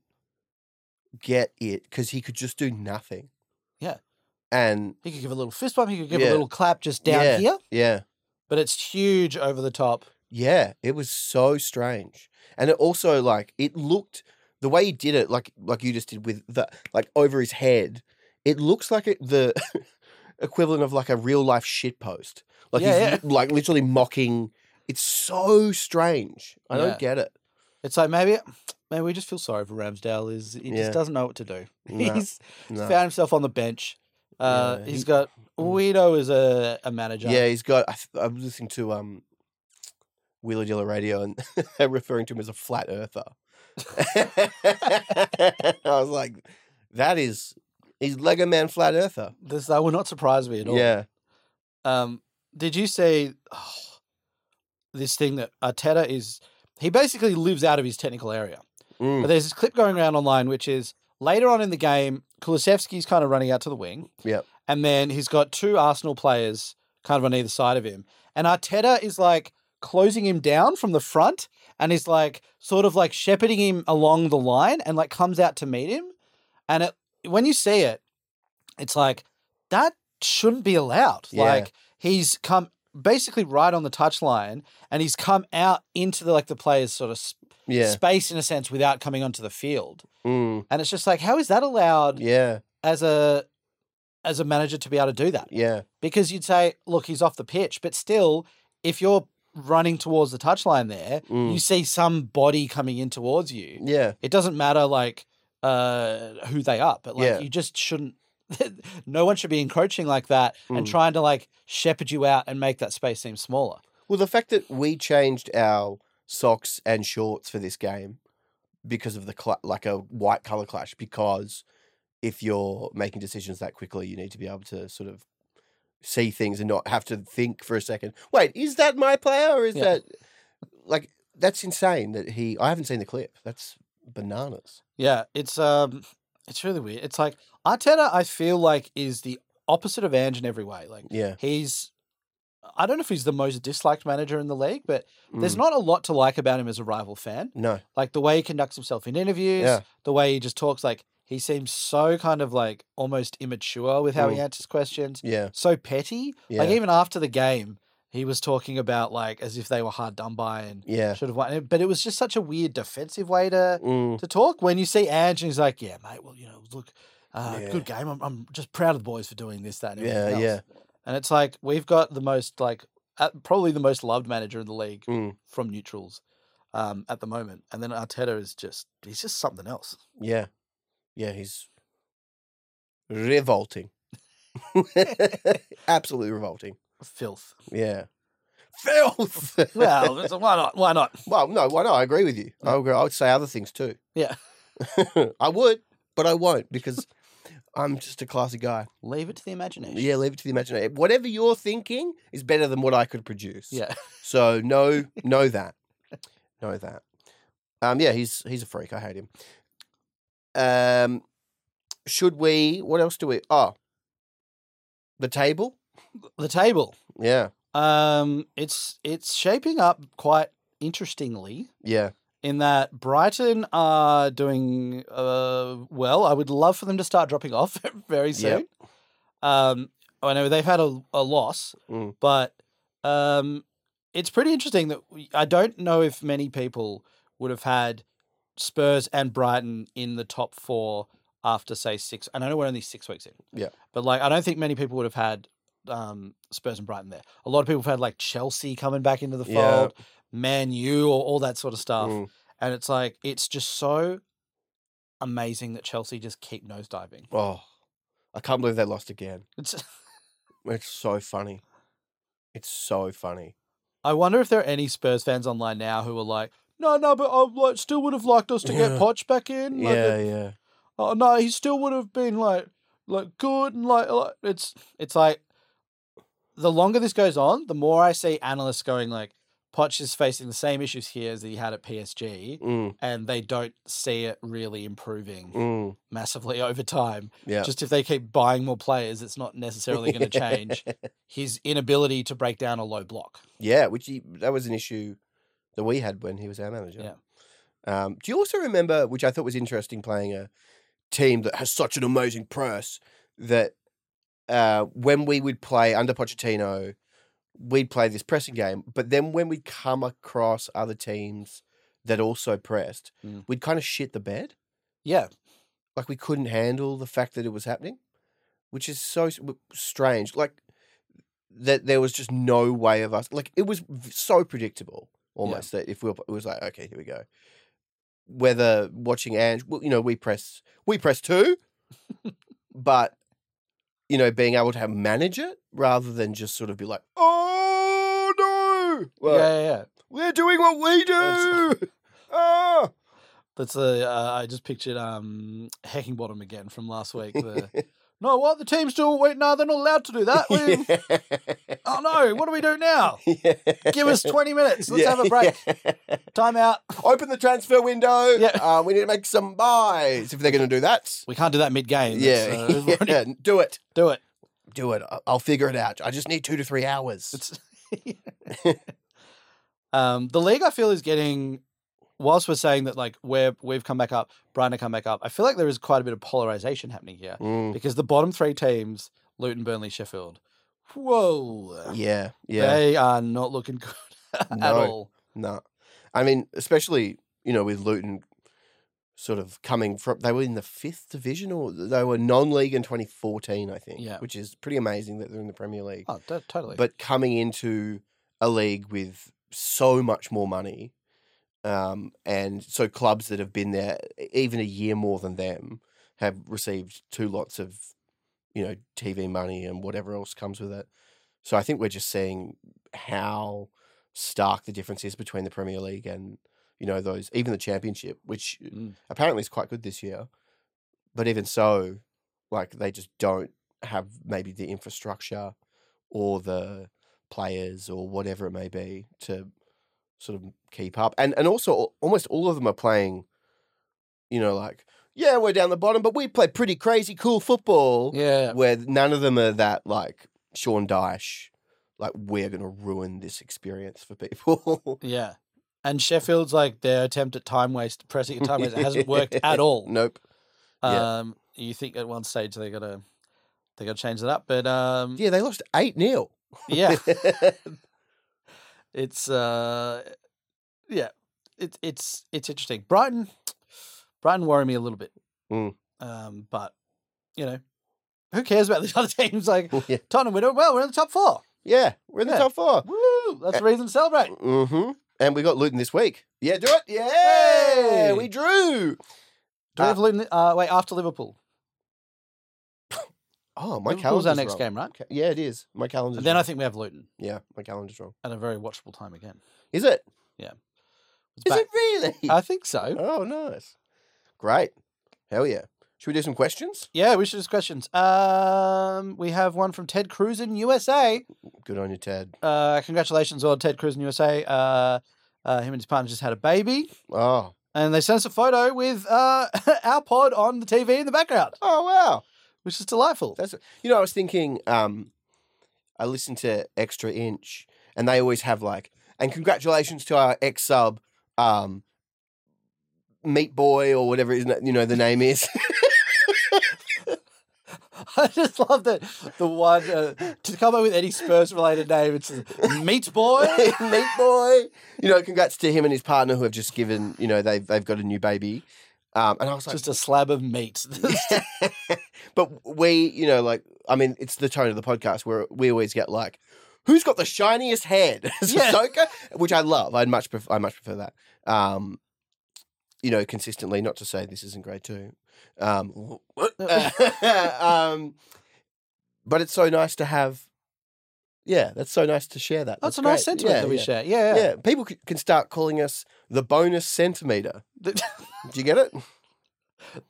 Speaker 4: get it because he could just do nothing.
Speaker 5: Yeah.
Speaker 4: And
Speaker 5: He could give a little fist bump, he could give
Speaker 4: Yeah.
Speaker 5: a little clap just down
Speaker 4: Yeah.
Speaker 5: here,
Speaker 4: yeah,
Speaker 5: but it's huge over the top.
Speaker 4: yeah, it was so strange. And it also like it looked the way he did it, like like you just did with the like over his head. It looks like it, the equivalent of like a real life shit post. Like
Speaker 5: Yeah,
Speaker 4: he's li- like literally mocking. It's so strange. I
Speaker 5: Yeah.
Speaker 4: don't get it.
Speaker 5: It's like maybe. Maybe we just feel sorry for Ramsdale. Is he
Speaker 4: Yeah.
Speaker 5: just doesn't know what to do?
Speaker 4: No,
Speaker 5: he's
Speaker 4: no.
Speaker 5: found himself on the bench. Uh,
Speaker 4: Yeah,
Speaker 5: he's
Speaker 4: he-
Speaker 5: got
Speaker 4: Mm.
Speaker 5: Guido as a, a manager.
Speaker 4: Yeah, he's got. I, th- I was listening to um, Wheeler Dealer Radio, and they're referring to him as a flat earther. I was like, that is he's Lego Man flat earther.
Speaker 5: This that would not surprise me at all.
Speaker 4: Yeah,
Speaker 5: Um, did you say this thing that Arteta is? He basically lives out of his technical area.
Speaker 4: Mm,
Speaker 5: But there's this clip going around online, which is later on in the game, Kulisevsky's kind of running out to the wing.
Speaker 4: Yep.
Speaker 5: And then he's got two Arsenal players kind of on either side of him. And Arteta is like closing him down from the front and is like sort of like shepherding him along the line and like comes out to meet him. And it, when you see it, it's like that shouldn't be allowed.
Speaker 4: Yeah.
Speaker 5: Like he's come basically right on the touchline and he's come out into the like the players sort of
Speaker 4: yeah,
Speaker 5: space in a sense without coming onto the field.
Speaker 4: mm,
Speaker 5: And it's just like, how is that allowed
Speaker 4: yeah,
Speaker 5: as a as a manager to be able to do that?
Speaker 4: yeah,
Speaker 5: Because you'd say, look, he's off the pitch, but still, if you're running towards the touchline there,
Speaker 4: Mm.
Speaker 5: you see some body coming in towards you.
Speaker 4: yeah,
Speaker 5: It doesn't matter like uh who they are, but like
Speaker 4: Yeah.
Speaker 5: you just shouldn't no one should be encroaching like that and
Speaker 4: Mm.
Speaker 5: trying to like shepherd you out and make that space seem smaller.
Speaker 4: Well, the fact that we changed our socks and shorts for this game because of the cla like a white color clash because if you're making decisions that quickly, you need to be able to sort of see things and not have to think for a second. Wait, is that my player or is
Speaker 5: Yeah.
Speaker 4: that like that's insane that he I haven't seen the clip. That's bananas.
Speaker 5: Yeah, it's um, it's really weird. It's like Arteta. I feel like is the opposite of Ange in every way. Like
Speaker 4: Yeah.
Speaker 5: he's, I don't know if he's the most disliked manager in the league, but there's not a lot to like about him as a rival fan.
Speaker 4: Mm. no.
Speaker 5: Like the way he conducts himself in interviews,
Speaker 4: Yeah.
Speaker 5: the way he just talks. Like he seems so kind of like almost immature with how he
Speaker 4: Mm.
Speaker 5: answers questions.
Speaker 4: Yeah.
Speaker 5: So petty. Like
Speaker 4: Yeah.
Speaker 5: even after the game, he was talking about like as if they were hard done by and
Speaker 4: Yeah.
Speaker 5: should have won. But it was just such a weird defensive way to
Speaker 4: Mm.
Speaker 5: to talk when you see Ange and he's like, yeah, mate, well, you know, look, uh,
Speaker 4: Yeah.
Speaker 5: good game. I'm, I'm just proud of the boys for doing this, that, and
Speaker 4: Yeah,
Speaker 5: everything
Speaker 4: yeah.
Speaker 5: else." And it's like, we've got the most, like, uh, probably the most loved manager in the league
Speaker 4: Mm.
Speaker 5: from neutrals um, at the moment. And then Arteta is just, he's just something else.
Speaker 4: Yeah. Yeah, he's revolting. Absolutely revolting.
Speaker 5: Filth.
Speaker 4: Yeah. Filth.
Speaker 5: Well, it's- why not? Why not?
Speaker 4: well, no, why not? I agree with you. I agree. I would say other things too.
Speaker 5: Yeah.
Speaker 4: I would, but I won't because I'm just a classy guy.
Speaker 5: Leave it to the imagination.
Speaker 4: Yeah, leave it to the imagination. Whatever you're thinking is better than what I could produce.
Speaker 5: Yeah.
Speaker 4: So know know that. Know that. Um yeah, he's he's a freak. I hate him. Um should we what else do we oh the table?
Speaker 5: The table.
Speaker 4: Yeah.
Speaker 5: Um, it's it's shaping up quite interestingly.
Speaker 4: Yeah.
Speaker 5: in that Brighton are doing uh, well. I would love for them to start dropping off very soon. Um, I know they've had a, a loss,
Speaker 4: Mm.
Speaker 5: but um, it's pretty interesting that we, I don't know if many people would have had Spurs and Brighton in the top four after say six. And I know we're only six weeks in.
Speaker 4: Yeah.
Speaker 5: but like I don't think many people would have had um, Spurs and Brighton there. A lot of people have had like Chelsea coming back into the
Speaker 4: Yeah.
Speaker 5: fold, Man U, or all that sort of stuff.
Speaker 4: Mm.
Speaker 5: And it's like it's just so amazing that Chelsea just keep nosediving.
Speaker 4: Oh, I can't believe they lost again.
Speaker 5: It's
Speaker 4: It's so funny. It's so funny.
Speaker 5: I wonder if there are any Spurs fans online now who are like, no, no, but I like, still would have liked us to get
Speaker 4: Yeah.
Speaker 5: Poch back in. Like,
Speaker 4: yeah,
Speaker 5: uh,
Speaker 4: yeah.
Speaker 5: Oh no, he still would have been like, like good and like, like it's it's like the longer this goes on, the more I see analysts going like, Poch is facing the same issues here as he had at PSG,
Speaker 4: Mm,
Speaker 5: and they don't see it really improving
Speaker 4: mm,
Speaker 5: massively over time.
Speaker 4: yeah.
Speaker 5: Just if they keep buying more players, it's not necessarily going to change his inability to break down a low block.
Speaker 4: Yeah, which he, that was an issue that we had when he was our manager. Yeah. Um, do you also remember, which I thought was interesting, playing a team that has such an amazing press that uh, when we would play under Pochettino, we'd play this pressing game, but then when we'd come across other teams that also pressed,
Speaker 5: Mm.
Speaker 4: we'd kind of shit the bed.
Speaker 5: Yeah,
Speaker 4: like we couldn't handle the fact that it was happening, which is so s- w- strange. Like that there was just no way of us. Like it was v- so predictable almost that if we were, it was like okay, here we go. Whether watching Ange, well, you know, we press we press two, but you know, being able to have manage it rather than just sort of be like, oh no, well,
Speaker 5: yeah, yeah, yeah.
Speaker 4: we're doing what we
Speaker 5: That's-
Speaker 4: do. Ah.
Speaker 5: That's the uh, I just pictured um Hacking Bottom again from last week. The, no, what the team's doing? Wait, no, they're not allowed to do that. We- Oh no, what do we do now? Give us twenty minutes. Let's have a break. Time out.
Speaker 4: Open the transfer window.
Speaker 5: Yeah.
Speaker 4: Uh, we need to make some buys if they're going to do that.
Speaker 5: We can't do that mid game.
Speaker 4: Yeah. yeah. Do it.
Speaker 5: do it.
Speaker 4: Do it. I- I'll figure it out. I just need two to three hours.
Speaker 5: It's um, the league I feel is getting. Whilst we're saying that like we're we've come back up, Brighton have come back up. I feel like there is quite a bit of polarization happening here
Speaker 4: Mm,
Speaker 5: because the bottom three teams, Luton, Burnley, Sheffield. Whoa.
Speaker 4: Yeah. Yeah.
Speaker 5: They are not looking good at
Speaker 4: No.
Speaker 5: all.
Speaker 4: No. I mean, especially, you know, with Luton sort of coming from, they were in the fifth division or they were non league in 2014, I think,
Speaker 5: Yeah.
Speaker 4: which is pretty amazing that they're in the Premier League.
Speaker 5: Oh, t- totally.
Speaker 4: but coming into a league with so much more money, um, and so clubs that have been there e, even a year more than them have received two lots of, you know, TV money and whatever else comes with it. So I think we're just seeing how stark the difference is between the Premier League and you know those even the Championship, which uh,
Speaker 5: Mm.
Speaker 4: apparently is quite good this year, but even so, like they just don't have maybe the infrastructure or the players or whatever it may be to sort of keep up. And and also al- almost all of them are playing, you know, like yeah, we're down the bottom, but we play pretty crazy cool football.
Speaker 5: yeah,
Speaker 4: Where none of them are that like Sean Dyche, like we're gonna ruin this experience for people.
Speaker 5: yeah. And Sheffield's like their attempt at time waste, pressing at time waste, it hasn't worked at all.
Speaker 4: Nope. yeah.
Speaker 5: Um, you think at one stage they gotta they gotta change that up, but um,
Speaker 4: Yeah, they lost eight 0
Speaker 5: yeah, it's uh, yeah, it's it's it's interesting. Brighton, Brighton worry me a little bit.
Speaker 4: Mm.
Speaker 5: Um, but you know, who cares about these other teams? Like
Speaker 4: yeah.
Speaker 5: Tottenham, we're doing well. We're in the top four.
Speaker 4: yeah, we're in the
Speaker 5: Yeah.
Speaker 4: top four.
Speaker 5: Woo! That's the
Speaker 4: Eh,
Speaker 5: reason to celebrate.
Speaker 4: Mm-hmm. And we got Luton this week. Yeah, do it. Yeah,
Speaker 5: Hey!
Speaker 4: we drew.
Speaker 5: Do we
Speaker 4: Uh,
Speaker 5: have Luton? Uh, wait, after Liverpool.
Speaker 4: Oh, my
Speaker 5: Liverpool's
Speaker 4: calendar's
Speaker 5: our next
Speaker 4: wrong.
Speaker 5: game, right?
Speaker 4: Ca- Yeah, it is. My calendar's.
Speaker 5: And then I
Speaker 4: wrong.
Speaker 5: think we have Luton
Speaker 4: yeah, my calendar's wrong.
Speaker 5: at a very watchable time again.
Speaker 4: Is it?
Speaker 5: It's
Speaker 4: Is
Speaker 5: back- Uh,
Speaker 4: it really?
Speaker 5: I think so.
Speaker 4: oh, nice. Great. Hell yeah. Should we do some questions?
Speaker 5: Yeah, we should ask questions. Um, we have one from Ted Cruz in USA.
Speaker 4: Good on you, Ted.
Speaker 5: Uh, congratulations on Ted Cruz in USA. Uh, uh, him and his partner just had a baby,
Speaker 4: Oh.
Speaker 5: and they sent us a photo with uh, our pod on the TV in the background,
Speaker 4: Oh wow.
Speaker 5: which is delightful.
Speaker 4: That's you know I was thinking. Um, I listened to Extra Inch, and they always have like, and congratulations to our ex sub, um, Meat Boy or whatever his na- you know the name is.
Speaker 5: I just love that the one uh, to come up with any Spurs related name. It's Meat Boy.
Speaker 4: Meat boy. You know, congrats to him and his partner who have just given. You know, they've they've got a new baby. Um, and I was like,
Speaker 5: Just a slab of meat.
Speaker 4: but we, you know, like I mean, it's the tone of the podcast where we always get like, "Who's got the shiniest head?" It's
Speaker 5: Yeah.
Speaker 4: Ahsoka, which I love. I'd much pref- I much prefer that. Um, you know, consistently. Not to say this isn't great too. Um, um, but it's so nice to have. Yeah, that's so nice to share that.
Speaker 5: That's a
Speaker 4: great.
Speaker 5: nice sentiment
Speaker 4: Yeah,
Speaker 5: that we
Speaker 4: yeah.
Speaker 5: share. Yeah.
Speaker 4: Yeah, people c- can start calling us the bonus centimeter.
Speaker 5: The,
Speaker 4: Do you get it?
Speaker 5: Oh.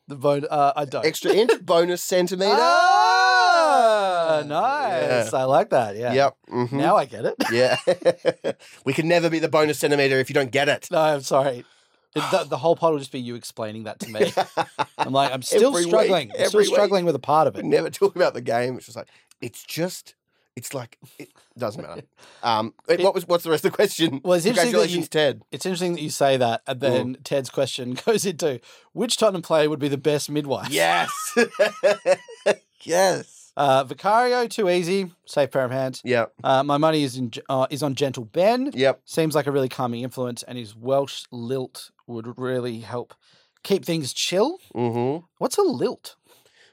Speaker 5: the bone. Uh, I don't.
Speaker 4: Extra inch, bonus centimeter.
Speaker 5: Ah, nice. I like that. Yeah.
Speaker 4: Yep. mhm.
Speaker 5: Now I get it.
Speaker 4: Yeah. we can never be the bonus centimeter if you don't get it.
Speaker 5: No, I'm sorry. It, the, the whole pod will just be you explaining that to me. I'm like, I'm still
Speaker 4: Every week,
Speaker 5: struggling. I'm still
Speaker 4: every week. Mm.
Speaker 5: struggling with a part of
Speaker 4: We
Speaker 5: it.
Speaker 4: never talk about the game. It's just like, it's just, it's like, it doesn't matter. Um, it- what was, what's the rest of the question?
Speaker 5: Well, it's interesting that you-
Speaker 4: Congratulations, Ted.
Speaker 5: It's interesting that you say that, and then Ted's question goes into which Tottenham player would be the best midwife?
Speaker 4: Yes. yes.
Speaker 5: Uh, Vicario, too easy, safe pair of hands.
Speaker 4: Yep.
Speaker 5: Uh, my money is in, uh, is on Gentle Ben.
Speaker 4: Yep.
Speaker 5: Seems like a really calming influence, and his Welsh lilt would really help keep things chill.
Speaker 4: hmm
Speaker 5: What's a lilt?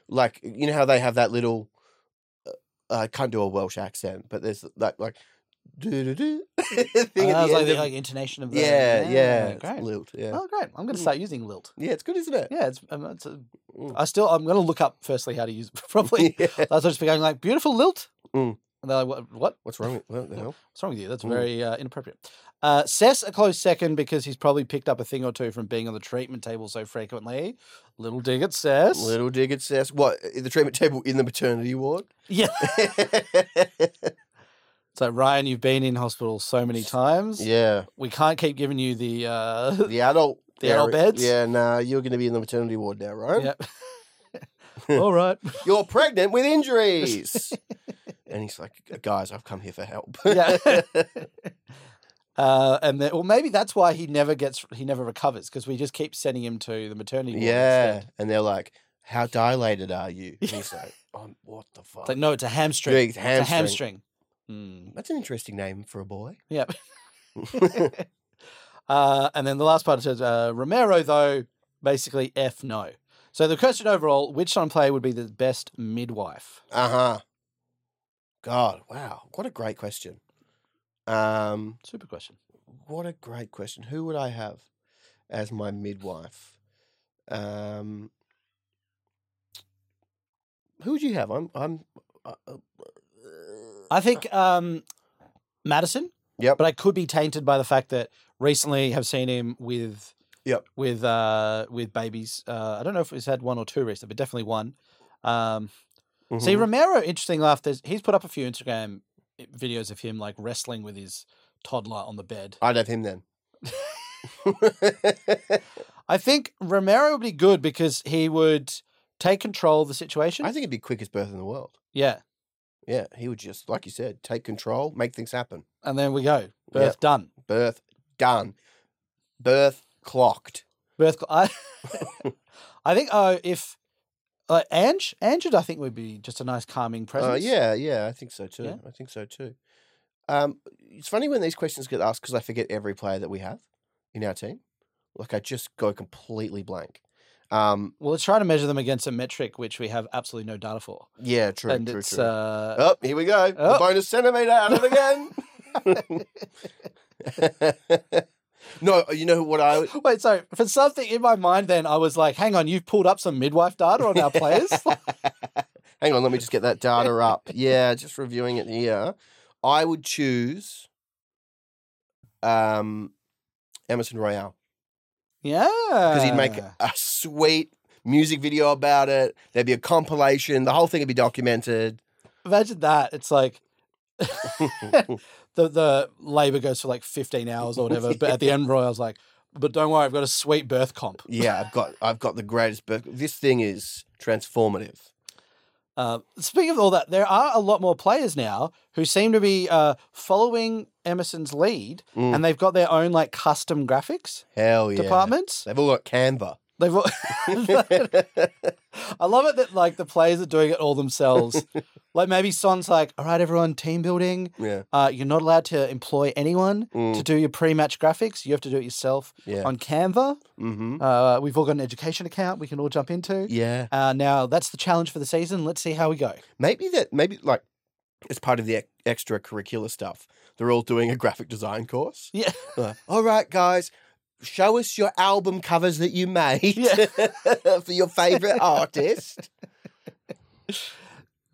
Speaker 4: Like, you know how they have that little, uh, I can't do a Welsh accent, but there's that like, do do do
Speaker 5: Uh,
Speaker 4: thing at
Speaker 5: it's
Speaker 4: the
Speaker 5: like
Speaker 4: end.
Speaker 5: the
Speaker 4: of-
Speaker 5: like, intonation of the
Speaker 4: yeah, yeah. it's
Speaker 5: great.
Speaker 4: lilt, yeah.
Speaker 5: Oh, great! I'm going
Speaker 4: Mm.
Speaker 5: to start using lilt.
Speaker 4: Yeah, it's good, isn't it?
Speaker 5: Yeah, it's, um, it's a,
Speaker 4: Mm.
Speaker 5: I still I'm going to look up firstly how to use it properly.
Speaker 4: Yeah.
Speaker 5: I'll just be going like beautiful lilt,
Speaker 4: Mm.
Speaker 5: and they're like, what? What?
Speaker 4: What's wrong with what the hell?
Speaker 5: What's wrong with you? That's
Speaker 4: Mm.
Speaker 5: very uh, inappropriate. Uh, Sess a close second because he's probably picked up a thing or two from being on the treatment table so frequently. Little dig at Sess.
Speaker 4: Little dig at Sess. What i- the treatment table in the maternity ward?
Speaker 5: Yeah. So Ryan, you've been in hospital so many times.
Speaker 4: yeah,
Speaker 5: We can't keep giving you the. Uh,
Speaker 4: the adult.
Speaker 5: The adult
Speaker 4: area-
Speaker 5: beds?
Speaker 4: Yeah, nah, you're going to be in the maternity ward now, right?
Speaker 5: yeah. All right.
Speaker 4: You're pregnant with injuries. and he's like, guys, I've come here for help.
Speaker 5: Yeah. Uh, and then, well, maybe that's why he never gets, he never recovers because we just keep sending him to the maternity. ward
Speaker 4: yeah.
Speaker 5: instead.
Speaker 4: And they're like, how dilated are you? And he's like, oh, what the fuck?
Speaker 5: It's like, no, it's a hamstring.
Speaker 4: Yeah, it's
Speaker 5: It's a
Speaker 4: hamstring.
Speaker 5: hamstring. Mm.
Speaker 4: That's an interesting name for a boy.
Speaker 5: Yep. uh, and then the last part says uh, Romero, though, basically F no. So the question overall, which on player would be the best midwife?
Speaker 4: Uh huh. God, wow. What a great question. Um,
Speaker 5: Super question.
Speaker 4: what a great question. Who would I have as my midwife? Um, who would you have? I'm. I'm. Uh, uh,
Speaker 5: I think um, Madison.
Speaker 4: Yep.
Speaker 5: But I could be tainted by the fact that recently have seen him with
Speaker 4: Yep.
Speaker 5: with uh, with babies. Uh, I don't know if he's had one or two recently, but definitely one. Um, See
Speaker 4: mhm.
Speaker 5: Romero, interesting enough, there's, he's put up a few Instagram videos of him like wrestling with his toddler on the bed.
Speaker 4: I'd have him then.
Speaker 5: I think Romero would be good because he would take control of the situation.
Speaker 4: I think it'd be quickest birth in the world.
Speaker 5: yeah,
Speaker 4: Yeah, he would just, like you said, take control, make things happen.
Speaker 5: and then we go. Birth
Speaker 4: Yep.
Speaker 5: done.
Speaker 4: Birth done. Birth clocked.
Speaker 5: Birth. cl- I, I think oh, if like Ange, Ange, would, I think would be just a nice calming presence.
Speaker 4: Uh, yeah, yeah, I think so too.
Speaker 5: Yeah.
Speaker 4: I think so too. Um, it's funny when these questions get asked because I forget every player that we have in our team. Like I just go completely blank. Um,
Speaker 5: Well, let's try to measure them against a metric which we have absolutely no data for,
Speaker 4: yeah, true,
Speaker 5: and
Speaker 4: true,
Speaker 5: it's
Speaker 4: true.
Speaker 5: uh,
Speaker 4: oh, here we go. The
Speaker 5: oh.
Speaker 4: bonus centimeter at it again. no, you know what I?
Speaker 5: Wait, sorry. For something in my mind, then I was like, "Hang on, you've pulled up some midwife data on our players."
Speaker 4: Hang on, let me just get that data up. Yeah, just reviewing it here. I would choose um, Emerson Royale.
Speaker 5: yeah,
Speaker 4: because he'd make a sweet music video about it. There'd be a compilation. The whole thing would be documented.
Speaker 5: Imagine that. It's like the the labor goes for like fifteen hours or whatever, but at the end, Roy, I was like, "But don't worry, I've got a sweet birth comp."
Speaker 4: Yeah, I've got I've got the greatest book. This thing is transformative.
Speaker 5: Uh, speaking of all that, there are a lot more players now who seem to be uh, following Emerson's lead,
Speaker 4: Mm.
Speaker 5: and they've got their own like custom graphics
Speaker 4: Hell yeah.
Speaker 5: departments.
Speaker 4: They've all got Canva.
Speaker 7: They've. al- I love it that like the players are doing it all themselves. like maybe Son's like, all right, everyone, team building.
Speaker 4: yeah.
Speaker 7: Uh, you're not allowed to employ anyone
Speaker 4: Mm.
Speaker 7: to do your pre-match graphics. You have to do it yourself
Speaker 4: Yeah.
Speaker 7: on Canva.
Speaker 4: Mm-hmm.
Speaker 7: Uh, we've all got an education account we can all jump into.
Speaker 4: Yeah.
Speaker 7: Uh, now that's the challenge for the season. Let's see how we go.
Speaker 4: Maybe that. Maybe like as part of the ex- extracurricular stuff, they're all doing a graphic design course.
Speaker 7: Yeah.
Speaker 4: Like, all right, guys, show us your album covers that you made
Speaker 7: Yeah.
Speaker 4: for your favorite artist.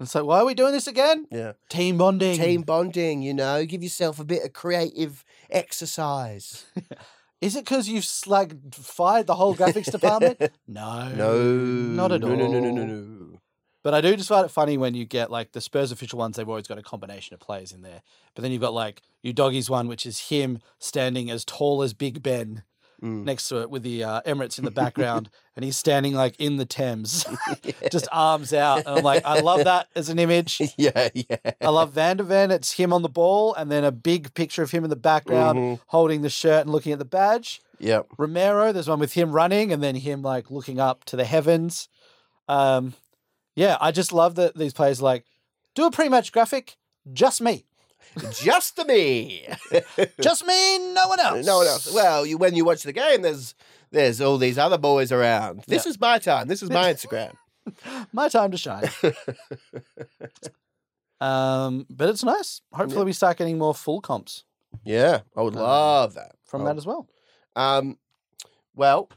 Speaker 7: It's like, why are we doing this again?
Speaker 4: Yeah.
Speaker 7: Team bonding.
Speaker 4: Team bonding. You know, give yourself a bit of creative exercise.
Speaker 7: Is it because you've slagged fired the whole graphics department? No. Not at all.
Speaker 4: No, no, no, no, no.
Speaker 7: But I do just find it funny when you get like the Spurs official ones, they've always got a combination of players in there. But then you've got like your doggies one, which is him standing as tall as Big Ben
Speaker 4: Mm.
Speaker 7: next to it with the uh, Emirates in the background. and he's standing like in the Thames, just arms out. And I'm like, I love that as an image.
Speaker 4: Yeah, yeah.
Speaker 7: I love Van der Ven. It's him on the ball and then a big picture of him in the background
Speaker 4: Mhm.
Speaker 7: holding the shirt and looking at the badge.
Speaker 4: Yep.
Speaker 7: Romero. There's one with him running and then him like looking up to the heavens. Um, yeah, I just love that these players are like do a pre-match graphic, just me,
Speaker 4: Just to me.
Speaker 7: just me, no one else,
Speaker 4: No one else. Well, you, when you watch the game, there's there's all these other boys around. This is my time. This is my Instagram.
Speaker 7: my time to shine. um, but it's nice. Hopefully, we start getting more full comps
Speaker 4: yeah, I would
Speaker 7: Um,
Speaker 4: love that.
Speaker 7: from
Speaker 4: Oh.
Speaker 7: that as well.
Speaker 4: Um, well,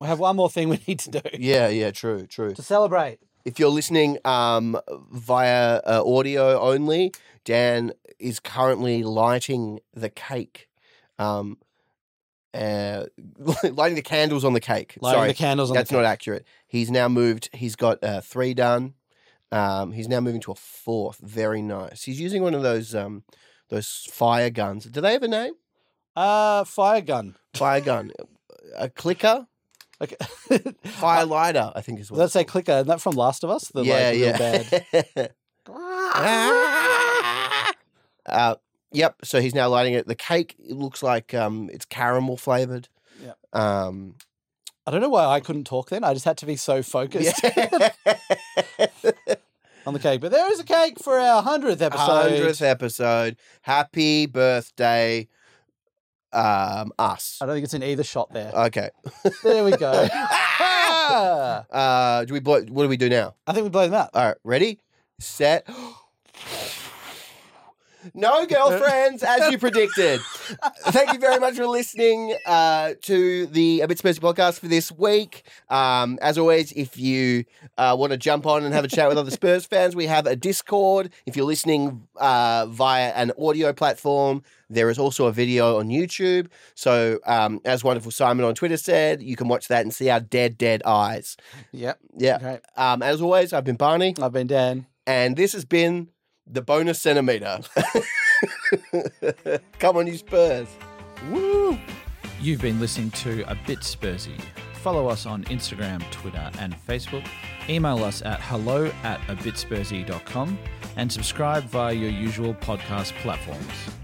Speaker 7: We have one more thing we need to do
Speaker 4: yeah, yeah, true, true.
Speaker 7: to celebrate.
Speaker 4: If you're listening um, via uh, audio only, Dan is currently lighting the cake. Um, uh, lighting the candles on the cake.
Speaker 7: Lighting
Speaker 4: Sorry,
Speaker 7: the candles on
Speaker 4: that's
Speaker 7: the
Speaker 4: not accurate. He's now moved. He's got uh, three done. Um, he's now moving to a fourth. Very nice. He's using one of those um, those fire guns. Do they have a name?
Speaker 7: uh, fire gun.
Speaker 4: Fire gun, a clicker,
Speaker 7: Okay,
Speaker 4: fire lighter. I think is what.
Speaker 7: Uh, let's say clicker. Isn't that from Last of Us? The
Speaker 4: yeah,
Speaker 7: like, real bad.
Speaker 4: yeah. uh, yep. So he's now lighting it. The cake it looks like um, it's caramel flavored.
Speaker 7: Yep.
Speaker 4: Um,
Speaker 7: I don't know why I couldn't talk then. I just had to be so focused on the cake. But there is a cake for our hundredth episode.
Speaker 4: hundredth e- episode. Happy birthday, um, us.
Speaker 7: I don't think it's in either shot there.
Speaker 4: Okay.
Speaker 7: there we go.
Speaker 4: Ah!
Speaker 7: Ah!
Speaker 4: uh, do we blow? What do we do now?
Speaker 7: I think we blow them out.
Speaker 4: All right, ready, set. No girlfriends, as you predicted. Thank you very much for listening uh, to the A Bit Spursy podcast for this week. Um, as always, if you uh, want to jump on and have a chat with other Spurs fans, we have a Discord. If you're listening uh, via an audio platform, there is also a video on YouTube. So, um, as wonderful Simon on Twitter said, you can watch that and see our dead, dead eyes.
Speaker 7: Yep.
Speaker 4: Yeah.
Speaker 7: Great.
Speaker 4: Um, as always, I've been Barney,
Speaker 7: I've been Dan.
Speaker 4: and this has been the bonus centimeter. Come on, you Spurs.
Speaker 7: Woo!
Speaker 5: You've been listening to A Bit Spursy. Follow us on Instagram, Twitter, and Facebook. Email us at hello at abitspursy.com and subscribe via your usual podcast platforms.